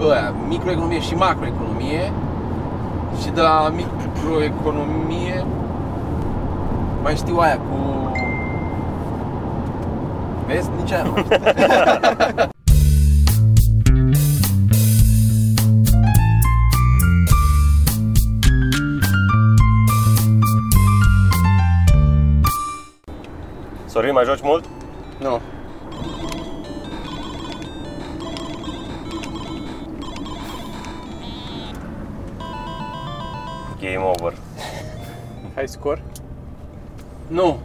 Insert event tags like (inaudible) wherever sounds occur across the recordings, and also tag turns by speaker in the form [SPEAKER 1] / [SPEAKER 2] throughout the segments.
[SPEAKER 1] ăia, microeconomie și macroeconomie și de la microeconomie mai știu aia cu... Vezi? Nici aia nu mai știu.
[SPEAKER 2] Sorin, mai joci mult?
[SPEAKER 1] Nu.
[SPEAKER 2] Game over.
[SPEAKER 3] Hai scor?
[SPEAKER 1] Nu.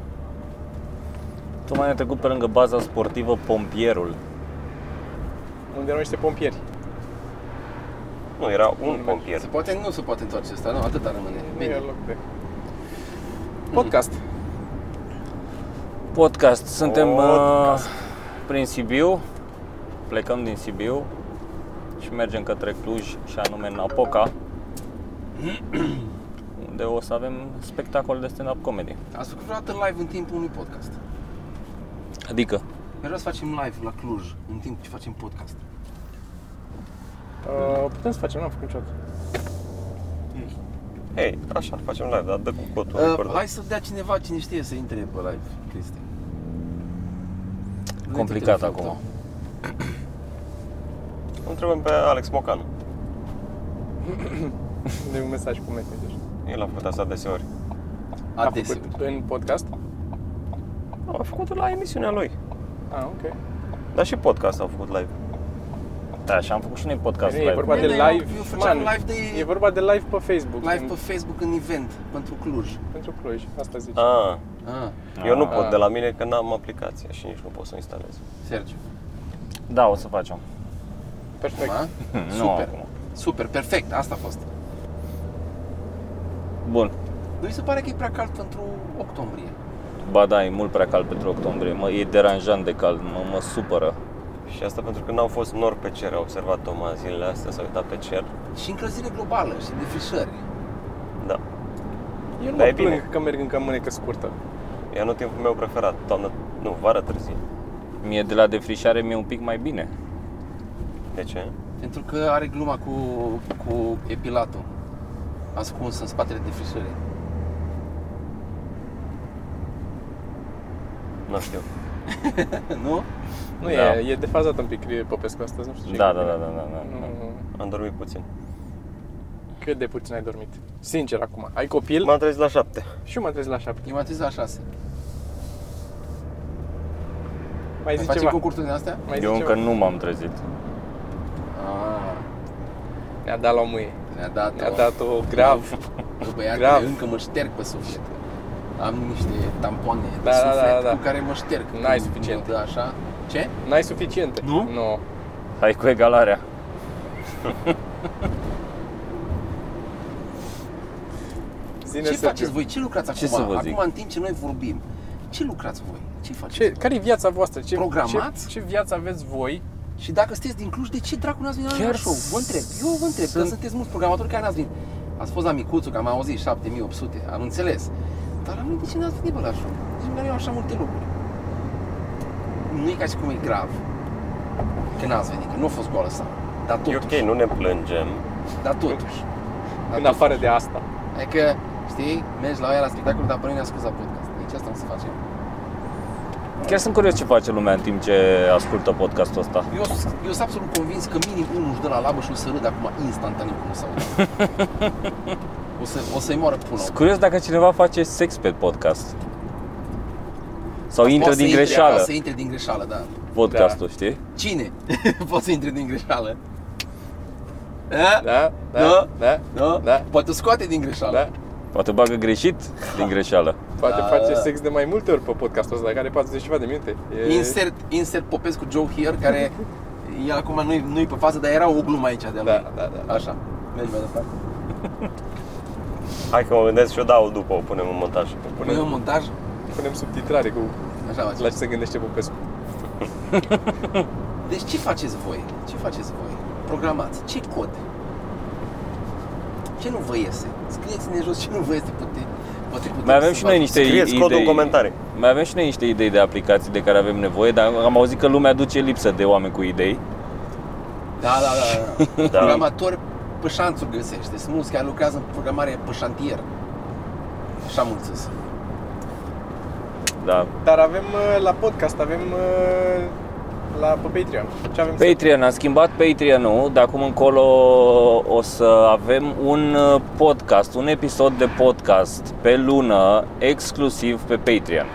[SPEAKER 4] Tu mai ai trecut pe lângă baza sportivă Pompierul.
[SPEAKER 3] Unde erau niște pompieri.
[SPEAKER 2] Nu, era un pompier.
[SPEAKER 1] Se poate, nu se poate întoarce asta, nu? Atâta rămâne.
[SPEAKER 3] Nu
[SPEAKER 1] Bine.
[SPEAKER 3] e loc de... Podcast.
[SPEAKER 4] Podcast. Suntem
[SPEAKER 2] Podcast.
[SPEAKER 4] Podcast. prin Sibiu, plecăm din Sibiu și mergem către Cluj și anume în Apoca, unde o să avem spectacol de stand-up comedy.
[SPEAKER 1] Ați făcut vreodată live în timpul unui podcast?
[SPEAKER 4] Adică,
[SPEAKER 1] Noi vreau să facem live la Cluj, în timp ce facem podcast.
[SPEAKER 3] Uh, putem să facem, n-am făcut niciodată.
[SPEAKER 2] Hei, așa, facem live, dar dă cu cotul
[SPEAKER 1] Uh,
[SPEAKER 2] recordat.
[SPEAKER 1] hai să dea cineva cine știe să intre pe live, Cristi. Nu
[SPEAKER 4] complicat
[SPEAKER 1] te
[SPEAKER 4] acum.
[SPEAKER 1] fapt.
[SPEAKER 2] Întrebăm pe Alex Mocanu.
[SPEAKER 3] De un mesaj cu mesaj.
[SPEAKER 2] El a făcut asta deseori.
[SPEAKER 3] A
[SPEAKER 1] Adeseori.
[SPEAKER 3] făcut în podcast?
[SPEAKER 2] Am a făcut la emisiunea lui.
[SPEAKER 3] Ah, ok.
[SPEAKER 2] Dar și podcast au făcut live.
[SPEAKER 4] Da, și am făcut și noi podcast
[SPEAKER 3] Nu,
[SPEAKER 4] live.
[SPEAKER 3] e vorba
[SPEAKER 1] Nu,
[SPEAKER 3] de
[SPEAKER 1] nu, eu-
[SPEAKER 3] live,
[SPEAKER 1] eu făceam
[SPEAKER 3] man,
[SPEAKER 1] live de-
[SPEAKER 3] e vorba de live pe Facebook,
[SPEAKER 1] Live
[SPEAKER 3] în-
[SPEAKER 1] pe Facebook în event pentru Cluj.
[SPEAKER 3] pentru Cluj, asta zici.
[SPEAKER 2] Ah,
[SPEAKER 1] Ah,
[SPEAKER 2] eu nu
[SPEAKER 4] Ah.
[SPEAKER 2] pot de la mine că n-am aplicație și nici nu pot să o instalez.
[SPEAKER 1] Sergiu.
[SPEAKER 4] Da, o să facem.
[SPEAKER 3] Perfect.
[SPEAKER 1] Ma?
[SPEAKER 3] (laughs)
[SPEAKER 4] Nu
[SPEAKER 1] Ah, Super.
[SPEAKER 4] acum.
[SPEAKER 1] Super, perfect, asta a fost.
[SPEAKER 4] Bun.
[SPEAKER 1] Nu mi se pare că e prea cald pentru octombrie.
[SPEAKER 4] Ba da, e mult prea cald pentru octombrie. Mă, e deranjant de cald, mă, mă supără.
[SPEAKER 2] Și asta pentru că n-au fost nori pe cer, a observat Toma zilele astea, s-a uitat pe cer.
[SPEAKER 1] Și încălzire globală și defrișări.
[SPEAKER 2] Da,
[SPEAKER 3] Eu nu
[SPEAKER 2] Dar e
[SPEAKER 3] mă
[SPEAKER 2] bine.
[SPEAKER 3] plâng că merg încă în mânecă scurtă.
[SPEAKER 2] e anotimpul meu preferat, toamnă, nu, vară târziu.
[SPEAKER 4] Mie de la defrișare mi-e un pic mai bine.
[SPEAKER 2] De ce?
[SPEAKER 1] Pentru că are gluma cu, cu epilatul ascuns în spatele defrișării. (laughs)
[SPEAKER 2] Nu știu.
[SPEAKER 1] nu?
[SPEAKER 3] Nu
[SPEAKER 4] Da.
[SPEAKER 3] e, e defazat un pic e Popescu astăzi, nu știu ce.
[SPEAKER 4] Da, da, da, da, da, da.
[SPEAKER 3] Nu,
[SPEAKER 2] Am dormit puțin.
[SPEAKER 3] cât de puțin ai dormit? Sincer acum, ai copil
[SPEAKER 2] M-am trezit la șapte.
[SPEAKER 3] și eu mă trezit la șapte.
[SPEAKER 1] Eu m-am trezit la 6.
[SPEAKER 3] Mai zici
[SPEAKER 1] Facem
[SPEAKER 3] ceva?
[SPEAKER 1] concursuri din astea?
[SPEAKER 3] Mai
[SPEAKER 4] Eu
[SPEAKER 3] zici
[SPEAKER 4] încă
[SPEAKER 3] ceva?
[SPEAKER 4] nu m-am trezit.
[SPEAKER 1] Ah,
[SPEAKER 3] Ne-a dat la mâie.
[SPEAKER 1] ne-a dat
[SPEAKER 3] Ne-a dat-o grav.
[SPEAKER 1] Băiatele,
[SPEAKER 3] Grav.
[SPEAKER 1] încă mă șterg pe suflet. Am niște tampoane de
[SPEAKER 3] Da, da,
[SPEAKER 1] suflet
[SPEAKER 3] da, da.
[SPEAKER 1] cu care mă șterg.
[SPEAKER 3] N-ai
[SPEAKER 1] Când
[SPEAKER 3] suficient.
[SPEAKER 1] mă dă așa. Ce?
[SPEAKER 3] N-ai suficiente.
[SPEAKER 1] Nu?
[SPEAKER 3] Nu.
[SPEAKER 4] Hai cu egalarea.
[SPEAKER 3] Zine
[SPEAKER 1] Ce
[SPEAKER 3] să
[SPEAKER 1] faceți voi? Ce lucrați acum?
[SPEAKER 4] Ce să vă zic?
[SPEAKER 1] Acum, în timp ce noi vorbim, ce lucrați voi? Ce faceți?
[SPEAKER 3] Ce, care e viața voastră? Ce,
[SPEAKER 1] Programați?
[SPEAKER 3] Ce, ce viață aveți voi?
[SPEAKER 1] Și dacă sunteți din Cluj, de ce dracu n-ați venit la
[SPEAKER 4] Chiar
[SPEAKER 1] Luna show? Vă întreb, eu vă întreb, că
[SPEAKER 4] sunt-
[SPEAKER 1] sunteți mulți programatori care n-ați venit. Ați fost la Micuțu, că am auzit 7800, am înțeles. Dar la noi de ce n-ați venit bă, la show? Deci mereu așa multe lucruri. Nu e ca și cum e grav că n-ați venit, că nu a fost goală sau. Dar
[SPEAKER 2] E
[SPEAKER 1] totuși,
[SPEAKER 2] ok, nu ne plângem.
[SPEAKER 1] dar totuși. Dar
[SPEAKER 3] În afară de asta.
[SPEAKER 1] Adică, știi, mergi la aia la spectacol, dar pe noi ne-a scuzat podcast. Deci asta nu se face.
[SPEAKER 4] Chiar sunt curios ce face lumea în timp ce ascultă podcastul ăsta.
[SPEAKER 1] Eu, eu sunt absolut convins că minim unul își dă la labă și o să râd acum instantaneu cum s-a auzit. o, să, o să-i moară pula.
[SPEAKER 4] Sunt curios dacă cineva face sex pe podcast. Sau intră
[SPEAKER 1] Poate să
[SPEAKER 4] din
[SPEAKER 1] intre-
[SPEAKER 4] greșeală
[SPEAKER 1] poate Să intre din greșeală, da.
[SPEAKER 4] podcastul, știi?
[SPEAKER 1] Cine (laughs) poate să intre din greșeală? Da?
[SPEAKER 3] Da?
[SPEAKER 1] Da.
[SPEAKER 3] Da? Da?
[SPEAKER 1] Da?
[SPEAKER 3] Da.
[SPEAKER 1] Poate o scoate din greșeală.
[SPEAKER 3] da?
[SPEAKER 4] Poate bagă greșit din
[SPEAKER 2] (laughs)
[SPEAKER 4] greșeală.
[SPEAKER 3] Poate
[SPEAKER 1] Da.
[SPEAKER 3] face sex de mai multe ori pe podcastul ăsta, care are 40 ceva de minute. E...
[SPEAKER 1] Insert, insert Popescu Joe here, care el acum nu-i, nu-i pe față, dar era o glumă aici de-a
[SPEAKER 3] Da,
[SPEAKER 1] lui.
[SPEAKER 3] da, da.
[SPEAKER 1] Așa, mergi mai departe.
[SPEAKER 2] Hai că mă gândesc și eu dau după, o punem în montaj.
[SPEAKER 1] Pune un montaj,
[SPEAKER 3] Punem subtitrare cu
[SPEAKER 1] așa
[SPEAKER 3] la
[SPEAKER 1] facem.
[SPEAKER 3] ce se gândește Popescu.
[SPEAKER 1] Deci ce faceți voi? Ce faceți voi? Programați. Ce cod? Ce nu vă iese? Scrieți-ne jos ce nu vă iese. Poate, poate putem
[SPEAKER 4] Mai avem
[SPEAKER 1] să
[SPEAKER 4] și noi
[SPEAKER 1] vă-
[SPEAKER 4] niște
[SPEAKER 2] Scrieți
[SPEAKER 4] idei.
[SPEAKER 2] codul în comentarii.
[SPEAKER 4] Mai avem și noi niște idei de aplicații de care avem nevoie, dar am auzit că lumea duce lipsă de oameni cu idei.
[SPEAKER 1] Da, da,
[SPEAKER 4] (laughs)
[SPEAKER 1] da. da.
[SPEAKER 2] Da.
[SPEAKER 1] Programatori pe șanțuri găsește. Sunt mulți care lucrează în programare pe șantier. Așa mulți sunt.
[SPEAKER 4] Da.
[SPEAKER 3] Dar avem uh, la podcast, avem uh, la pe Patreon. Ce avem să...
[SPEAKER 4] Patreon, am schimbat Patreon-ul, de acum încolo o să avem un uh, podcast, un episod de podcast pe lună, exclusiv pe Patreon.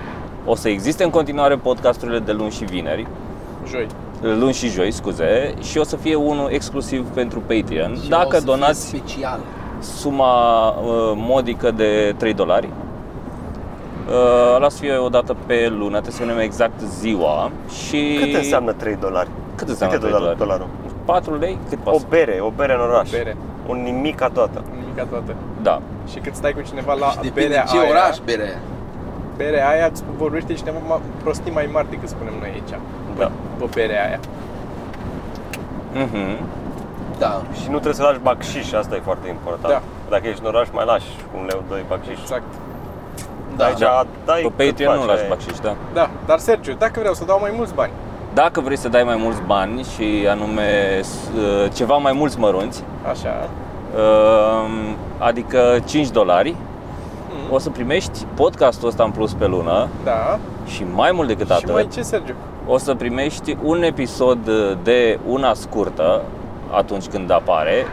[SPEAKER 4] O să existe în continuare podcasturile de luni și vineri,
[SPEAKER 3] Joi.
[SPEAKER 4] luni și joi, scuze, și o să fie unul exclusiv pentru Patreon.
[SPEAKER 1] Și o să
[SPEAKER 4] Dacă
[SPEAKER 1] fie
[SPEAKER 4] donați
[SPEAKER 1] special.
[SPEAKER 4] suma uh, modică de 3 dolari. Uh, Ăla o să fie o dată pe lună, trebuie să punem exact ziua și...
[SPEAKER 2] Cât înseamnă 3 dolari?
[SPEAKER 4] Cât înseamnă
[SPEAKER 2] Câte
[SPEAKER 4] 3
[SPEAKER 2] dolar,
[SPEAKER 4] dolari?
[SPEAKER 2] dolarul?
[SPEAKER 4] 4 lei? Cât
[SPEAKER 2] O
[SPEAKER 4] pasă?
[SPEAKER 2] bere, o bere în oraș.
[SPEAKER 3] Bere.
[SPEAKER 2] Un nimic ca toată.
[SPEAKER 3] Nimica toată.
[SPEAKER 4] Da.
[SPEAKER 3] Și cât stai cu cineva la
[SPEAKER 1] și depinde
[SPEAKER 3] berea
[SPEAKER 1] ce
[SPEAKER 3] aia,
[SPEAKER 1] oraș bere aia.
[SPEAKER 3] berea aia îți vorbește cineva ma- prostii mai mari decât spunem noi aici.
[SPEAKER 4] Da.
[SPEAKER 3] Pe berea aia.
[SPEAKER 4] Mhm.
[SPEAKER 1] Da.
[SPEAKER 2] Și nu trebuie să lași bacșiș, asta e foarte important.
[SPEAKER 3] Da.
[SPEAKER 2] Dacă ești în oraș, mai lași un leu, doi bacșiș.
[SPEAKER 3] Exact.
[SPEAKER 1] Da.
[SPEAKER 2] Aici
[SPEAKER 1] da.
[SPEAKER 2] dai
[SPEAKER 4] Pe
[SPEAKER 2] cât
[SPEAKER 4] Patreon
[SPEAKER 2] faci,
[SPEAKER 4] nu lași
[SPEAKER 2] ai-
[SPEAKER 4] bacșiș, da.
[SPEAKER 3] Da, dar Sergiu, dacă vreau să dau mai mulți bani,
[SPEAKER 4] Dacă vrei să dai mai mulți bani și anume s- uh, ceva mai mulți mărunți,
[SPEAKER 3] așa,
[SPEAKER 4] uh, adică 5 dolari,
[SPEAKER 3] Mhm.
[SPEAKER 4] o să primești podcastul ăsta în plus pe lună
[SPEAKER 3] da,
[SPEAKER 4] și mai mult decât
[SPEAKER 3] și
[SPEAKER 4] atât.
[SPEAKER 3] mai ce, Sergiu?
[SPEAKER 4] o să primești un episod de una scurtă atunci când apare,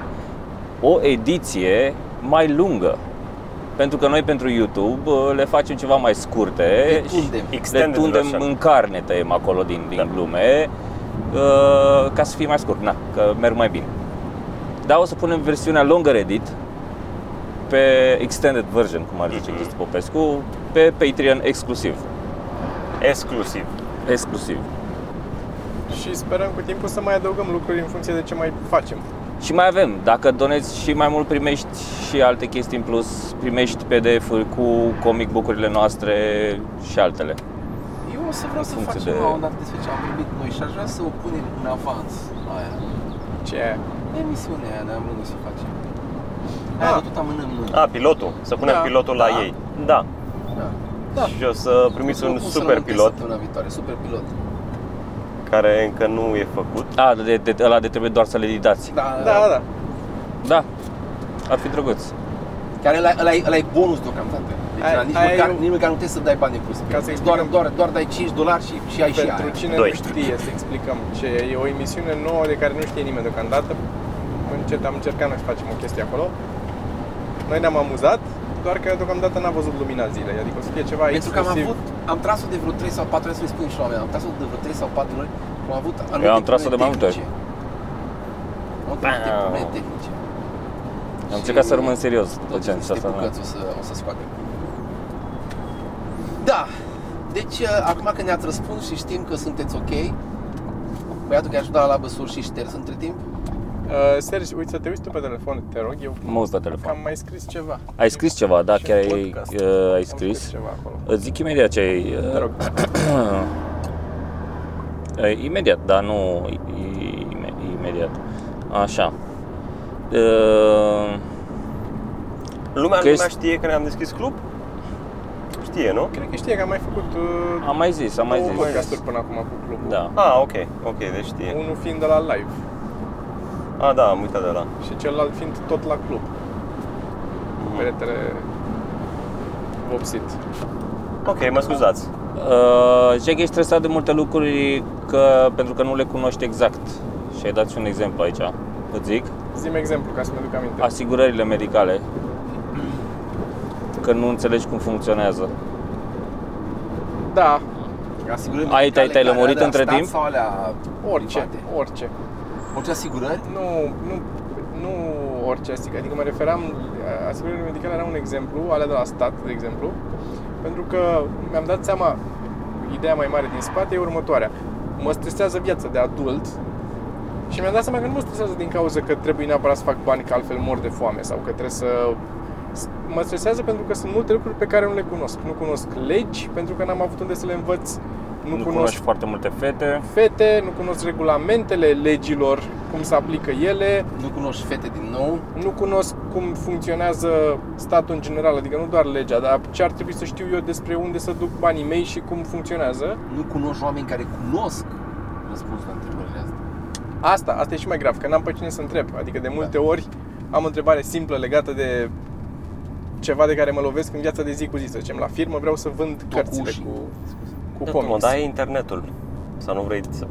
[SPEAKER 4] o ediție mai lungă. Pentru că noi pentru YouTube uh, le facem ceva mai scurte
[SPEAKER 1] Le
[SPEAKER 4] și
[SPEAKER 1] tundem.
[SPEAKER 4] le
[SPEAKER 2] Extended
[SPEAKER 4] tundem
[SPEAKER 2] version. Da.
[SPEAKER 4] în carne, tăiem acolo din, din glume, uh, ca să fie mai scurt, na, că merg mai bine. Dar o să punem versiunea longer edit pe extended version, cum ar zice
[SPEAKER 2] Mhm.
[SPEAKER 4] Cristi Popescu, pe Patreon exclusiv.
[SPEAKER 2] Exclusiv.
[SPEAKER 4] Exclusiv.
[SPEAKER 3] Și sperăm cu timpul să mai adăugăm lucruri în funcție de ce mai facem.
[SPEAKER 4] Și mai avem, dacă donezi și mai mult primești și alte chestii în plus, primești PDF-uri cu comic bucurile noastre și altele.
[SPEAKER 1] Eu o să vreau să
[SPEAKER 4] funcție
[SPEAKER 1] facem
[SPEAKER 4] de-
[SPEAKER 1] la un dat despre ce am vorbit noi și aș vrea să o punem în avans aia.
[SPEAKER 3] Ce e aia?
[SPEAKER 1] Emisiunea aia ne-am gândit să o facem. Aia
[SPEAKER 3] Ah.
[SPEAKER 1] de tot amânăm noi.
[SPEAKER 2] A, pilotul. Să punem
[SPEAKER 3] Da.
[SPEAKER 2] pilotul la
[SPEAKER 1] Da.
[SPEAKER 2] ei. Da.
[SPEAKER 1] Da. Da.
[SPEAKER 2] Și o să primiți
[SPEAKER 1] O să
[SPEAKER 2] un
[SPEAKER 1] o pun să
[SPEAKER 2] super
[SPEAKER 1] rămână
[SPEAKER 2] pilot
[SPEAKER 1] Săptămâna viitoare, super pilot.
[SPEAKER 2] care încă nu e făcut.
[SPEAKER 4] A, de, de, ăla de trebuie doar să le editați.
[SPEAKER 1] Da,
[SPEAKER 3] Da, da,
[SPEAKER 4] Da, ar fi drăguț.
[SPEAKER 1] Care ăla, ăla, e- ăla e bonus deocamdată. Deci
[SPEAKER 3] Aia-
[SPEAKER 1] aia, nici,
[SPEAKER 3] aia
[SPEAKER 1] măcar,
[SPEAKER 3] e
[SPEAKER 1] nici
[SPEAKER 3] o-
[SPEAKER 1] măcar nu trebuie să dai bani în plus.
[SPEAKER 3] Ca să
[SPEAKER 1] doar,
[SPEAKER 3] explicăm.
[SPEAKER 1] doar, doar dai 5 dolari și, și ai și
[SPEAKER 3] Pentru
[SPEAKER 1] aia.
[SPEAKER 3] cine
[SPEAKER 2] Doi.
[SPEAKER 3] nu știe, să explicăm ce e. e o emisiune nouă de care nu știe nimeni deocamdată. Încet am încercat noi să facem o chestie acolo. Noi ne-am amuzat, doar că deocamdată n-a văzut lumina zilei, adică o să fie ceva
[SPEAKER 1] Pentru că am
[SPEAKER 3] exclusiv.
[SPEAKER 1] avut, am tras-o de vreo 3 sau 4 ori, să-i spun și oamenii, am tras-o de vreo 3 sau 4 ori, am avut anumite
[SPEAKER 4] am tras-o
[SPEAKER 1] probleme
[SPEAKER 4] de mai multe ori.
[SPEAKER 1] tehnice. Am avut anumite
[SPEAKER 4] Bam!
[SPEAKER 1] probleme tehnice.
[SPEAKER 4] Am încercat să rămân serios tot ce am zis
[SPEAKER 1] niște
[SPEAKER 4] asta. da.
[SPEAKER 1] bucăți o să, o să scoatem. Da, deci uh, acum că ne-ați răspuns și știm că sunteți ok, băiatul care și-a dat la băsuri și șters între timp,
[SPEAKER 3] Uh, Sergi, uite să te uiți tu pe telefon, te rog, eu
[SPEAKER 4] Mă uiți la
[SPEAKER 3] că
[SPEAKER 4] telefon.
[SPEAKER 3] am mai scris ceva.
[SPEAKER 4] Ai scris ceva, da,
[SPEAKER 3] Și
[SPEAKER 4] chiar
[SPEAKER 3] în
[SPEAKER 4] ai,
[SPEAKER 3] podcast.
[SPEAKER 4] uh, ai
[SPEAKER 3] Am
[SPEAKER 4] scris.
[SPEAKER 3] ceva acolo.
[SPEAKER 4] Îți zic imediat ce ai...
[SPEAKER 3] Te rog.
[SPEAKER 4] Eh, Imediat, dar nu i- ime- imediat. Așa. Eh,
[SPEAKER 2] Lumea,
[SPEAKER 4] Că
[SPEAKER 2] lumea
[SPEAKER 4] este-
[SPEAKER 2] știe că ne-am deschis club? Știe, nu?
[SPEAKER 3] Cred că știe că am mai făcut uh,
[SPEAKER 4] Am mai zis, am mai
[SPEAKER 3] două
[SPEAKER 4] zis.
[SPEAKER 3] podcasturi până acum cu clubul.
[SPEAKER 4] Da.
[SPEAKER 2] Ah, ok, ok, deci știe.
[SPEAKER 3] Unul fiind de la live
[SPEAKER 2] Ah, da, am uitat de la.
[SPEAKER 3] și celălalt fiind tot la club.
[SPEAKER 4] Mm.
[SPEAKER 3] Cu Peretele vopsit.
[SPEAKER 2] Ok, mă scuzați.
[SPEAKER 4] Uh, Jack, ești stresat de multe lucruri că, pentru că nu le cunoști exact. Și ai dat și un exemplu aici. Îți zic,
[SPEAKER 3] Zim exemplu ca să-mi aduc aminte.
[SPEAKER 4] asigurările medicale. Că nu înțelegi cum funcționează.
[SPEAKER 3] Da,
[SPEAKER 1] asigurări
[SPEAKER 4] Ai- te-ai- te-ai
[SPEAKER 1] medicale,
[SPEAKER 4] lămurit
[SPEAKER 1] alea de la
[SPEAKER 4] între
[SPEAKER 1] stat
[SPEAKER 4] timp?
[SPEAKER 1] Sau alea
[SPEAKER 3] orice,
[SPEAKER 1] private?
[SPEAKER 3] orice.
[SPEAKER 1] Orice asigurări?
[SPEAKER 3] Nu, nu, nu orice asigurare. Adică mă referam, asigurările medicale era un exemplu, alea de la stat, de exemplu, pentru că mi-am dat seama, ideea mai mare din spate e următoarea. Mă stresează viața de adult și mi-am dat seama că nu mă stresează din cauza că trebuie neapărat să fac bani, că altfel mor de foame sau că trebuie să mă stresează pentru că sunt multe lucruri pe care nu le cunosc. Nu cunosc legi pentru că n-am avut unde să le învăț. Nu,
[SPEAKER 4] nu
[SPEAKER 3] cunosc
[SPEAKER 4] cunoști foarte multe fete.
[SPEAKER 3] fete, nu cunosc regulamentele legilor, cum se aplică ele,
[SPEAKER 1] Nu cunoști fete din nou?
[SPEAKER 3] nu cunosc cum funcționează statul în general, adică nu doar legea, dar ce ar trebui să știu eu despre unde să duc banii mei și cum funcționează.
[SPEAKER 1] Nu cunoști oameni care cunosc răspunsul la întrebările astea.
[SPEAKER 3] Asta, asta e și mai grav, că n-am pe cine să întreb. Adică de multe ori am o întrebare simplă legată de ceva de care mă lovesc în viața de zi cu zi, să zicem, la firmă vreau să vând cărțile
[SPEAKER 1] ușii.
[SPEAKER 3] cu, cu
[SPEAKER 2] Da, tu mă
[SPEAKER 3] comics.
[SPEAKER 2] dai internetul. Sau nu vrei să
[SPEAKER 3] Da,
[SPEAKER 1] păi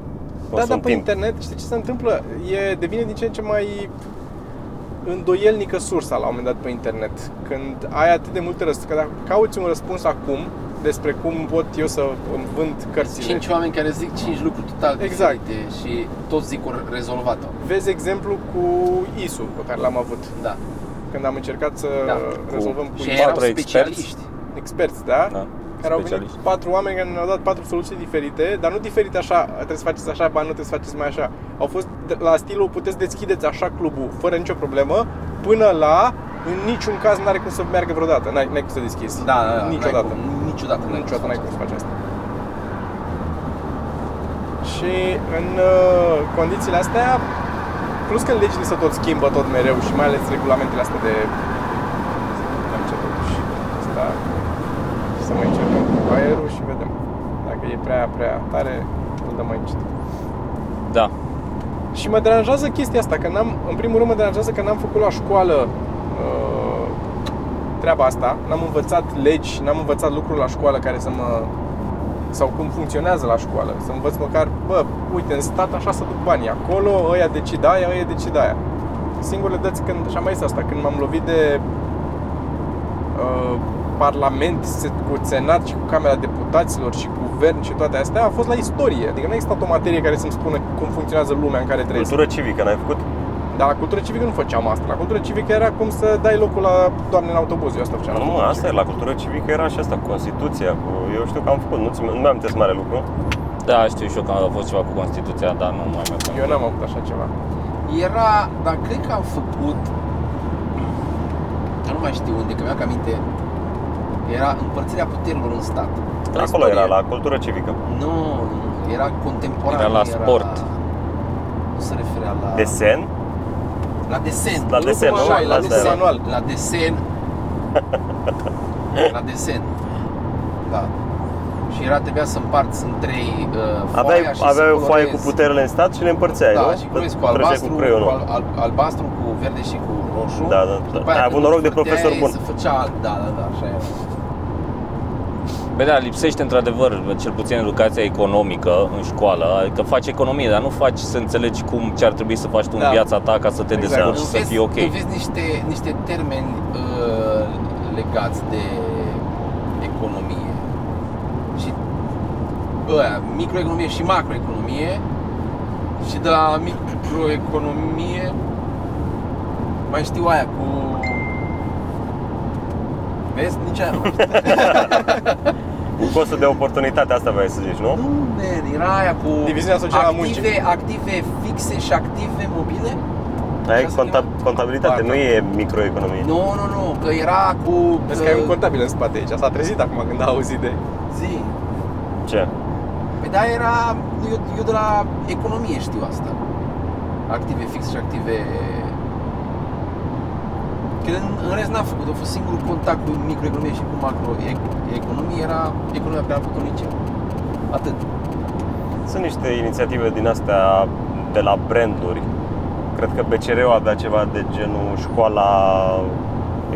[SPEAKER 2] consumi
[SPEAKER 3] dar pe
[SPEAKER 2] timp.
[SPEAKER 3] internet, știi ce se întâmplă? E, devine din ce în ce mai îndoielnică sursa la un moment dat pe internet. Când ai atât de multe răspunsuri, că dacă cauți un răspuns acum despre cum pot eu să îmi vând cărțile,
[SPEAKER 1] Cinci oameni care zic cinci lucruri total
[SPEAKER 3] Exact.
[SPEAKER 1] diferite și toți zic o rezolvată.
[SPEAKER 3] vezi exemplu cu ISU pe care l-am avut.
[SPEAKER 1] Da.
[SPEAKER 3] Când am încercat să
[SPEAKER 1] Da.
[SPEAKER 3] rezolvăm cu,
[SPEAKER 1] Și
[SPEAKER 3] cu
[SPEAKER 1] ei erau
[SPEAKER 4] patru experți.
[SPEAKER 1] specialiști.
[SPEAKER 3] experți, da?
[SPEAKER 4] Da.
[SPEAKER 3] care au venit
[SPEAKER 4] Specialiști.
[SPEAKER 3] patru oameni care ne-au dat patru soluții diferite, dar nu diferite așa, trebuie să faceți așa, ba nu trebuie să faceți mai așa. Au fost de- la stilul puteți deschideți așa clubul fără nicio problemă, până la în niciun caz nu are cum să meargă vreodată, n-ai, n-ai cum să deschizi.
[SPEAKER 1] Da, da, da,
[SPEAKER 3] niciodată.
[SPEAKER 1] n-ai cum, niciodată. n-ai
[SPEAKER 3] Niciodată
[SPEAKER 1] cum
[SPEAKER 3] n-ai
[SPEAKER 1] să
[SPEAKER 3] cum
[SPEAKER 1] faci
[SPEAKER 3] să faci asta. Și în uh, condițiile astea, plus că legile se tot schimbă tot mereu și mai ales regulamentele astea de... Am început și asta... Să mai încercăm cu aerul și vedem. Dacă e prea, prea tare, îl dăm aici.
[SPEAKER 4] Da.
[SPEAKER 3] Și mă deranjează chestia asta, că n-am, în primul rând mă deranjează că n-am făcut la școală uh, treaba asta, n-am învățat legi, n-am învățat lucruri la școală care să mă sau cum funcționează la școală, să învăț măcar, bă, uite, în stat așa să duc banii, acolo ăia decid aia, ăia decid aia. Singurele dăți când, și am mai zis asta, când m-am lovit de uh, parlament se- cu senat și cu camera deputaților și cu guvern și toate astea, a fost la istorie. Adică n-a existat o materie care să-mi spună cum funcționează lumea în care trăiesc.
[SPEAKER 2] Cultură civică n-ai făcut?
[SPEAKER 3] Dar la cultură civică nu făceam asta. La cultură civică era cum să dai locul la doamne în autobuz. Eu asta
[SPEAKER 1] Da.
[SPEAKER 3] făceam.
[SPEAKER 2] Nu, mă, asta e la cultură civică, era și asta, Constituția, cu... eu știu că am făcut, nu, nu mi-am amintesc mare lucru.
[SPEAKER 4] Da, știu și eu că a fost ceva cu Constituția, dar nu mai merg.
[SPEAKER 3] Eu n-am avut așa ceva.
[SPEAKER 1] Era, dar cred că am făcut, nu mai știu unde, că mi-am aminte, era împărțirea puterilor în stat.
[SPEAKER 2] Acolo
[SPEAKER 3] istorie.
[SPEAKER 2] era, la cultură civică.
[SPEAKER 1] Da. Nu, nu, era contemporan.
[SPEAKER 4] Era la
[SPEAKER 1] nu
[SPEAKER 4] sport.
[SPEAKER 1] Nu se referea la...
[SPEAKER 2] Desen,
[SPEAKER 1] La desen.
[SPEAKER 2] La
[SPEAKER 1] Nu
[SPEAKER 2] desen,
[SPEAKER 1] cum
[SPEAKER 2] nu?
[SPEAKER 1] așa e, La
[SPEAKER 2] Asta
[SPEAKER 1] desen.
[SPEAKER 3] era.
[SPEAKER 1] Manual. La
[SPEAKER 2] (laughs)
[SPEAKER 1] desen. La desen. Da. Și era, trebuia să împarți în trei uh, foaia
[SPEAKER 2] aveai,
[SPEAKER 1] și să
[SPEAKER 2] aveai o
[SPEAKER 1] colorezi.
[SPEAKER 2] foaie cu puterile în stat și le împărțeai,
[SPEAKER 1] Da,
[SPEAKER 2] nu?
[SPEAKER 1] și colorezi cu
[SPEAKER 2] Treceai
[SPEAKER 1] albastru,
[SPEAKER 2] cu
[SPEAKER 1] cu,
[SPEAKER 2] creionul.
[SPEAKER 1] al, al- albastru, cu verde și cu roșu.
[SPEAKER 2] Da, da, da.
[SPEAKER 1] După aia
[SPEAKER 2] Ai
[SPEAKER 1] când
[SPEAKER 2] avut noroc de
[SPEAKER 1] învârteai,
[SPEAKER 2] profesor bun.
[SPEAKER 1] Se Păi, făcea alb, da, da, da, așa era.
[SPEAKER 4] Bă, da, lipsește într-adevăr, cel puțin educația economică în școală, adică faci economie, dar nu faci să înțelegi cum ce ar trebui să faci tu
[SPEAKER 3] Da.
[SPEAKER 4] în viața ta ca să te
[SPEAKER 3] Exact.
[SPEAKER 4] dezvolți și
[SPEAKER 1] Înveți-
[SPEAKER 4] Da, să fii ok.
[SPEAKER 1] Înveți niște, niște termeni uh, legați de economie. Și bă, microeconomie și macroeconomie. Și de la microeconomie mai știu aia cu Vezi? Nici aia nu mai știu.
[SPEAKER 2] Costul de oportunitate, asta vrei să zici, nu?
[SPEAKER 1] Nu, man, era aia cu
[SPEAKER 3] Diviziunea socială a
[SPEAKER 1] active,
[SPEAKER 3] muncii.
[SPEAKER 1] active fixe și active mobile?
[SPEAKER 2] Ai
[SPEAKER 1] Așa se cheamă?
[SPEAKER 2] conta- contabilitate, nu e microeconomie.
[SPEAKER 1] Nu, nu, nu, că era cu... uh,
[SPEAKER 3] Vezi că ai un contabil în spate aici. S-a trezit acum când a auzit de...
[SPEAKER 1] Zi,
[SPEAKER 2] Ce?
[SPEAKER 1] Păi da, era, eu, eu de la economie știu asta. Active fix și active... Că în, în rest n-am făcut, a fost singurul contact cu microeconomie și cu macroeconomie era economia pe care am făcut în liceu. Atât.
[SPEAKER 2] Sunt niște inițiative din astea de la branduri. Cred că BCR-ul avea ceva de genul școala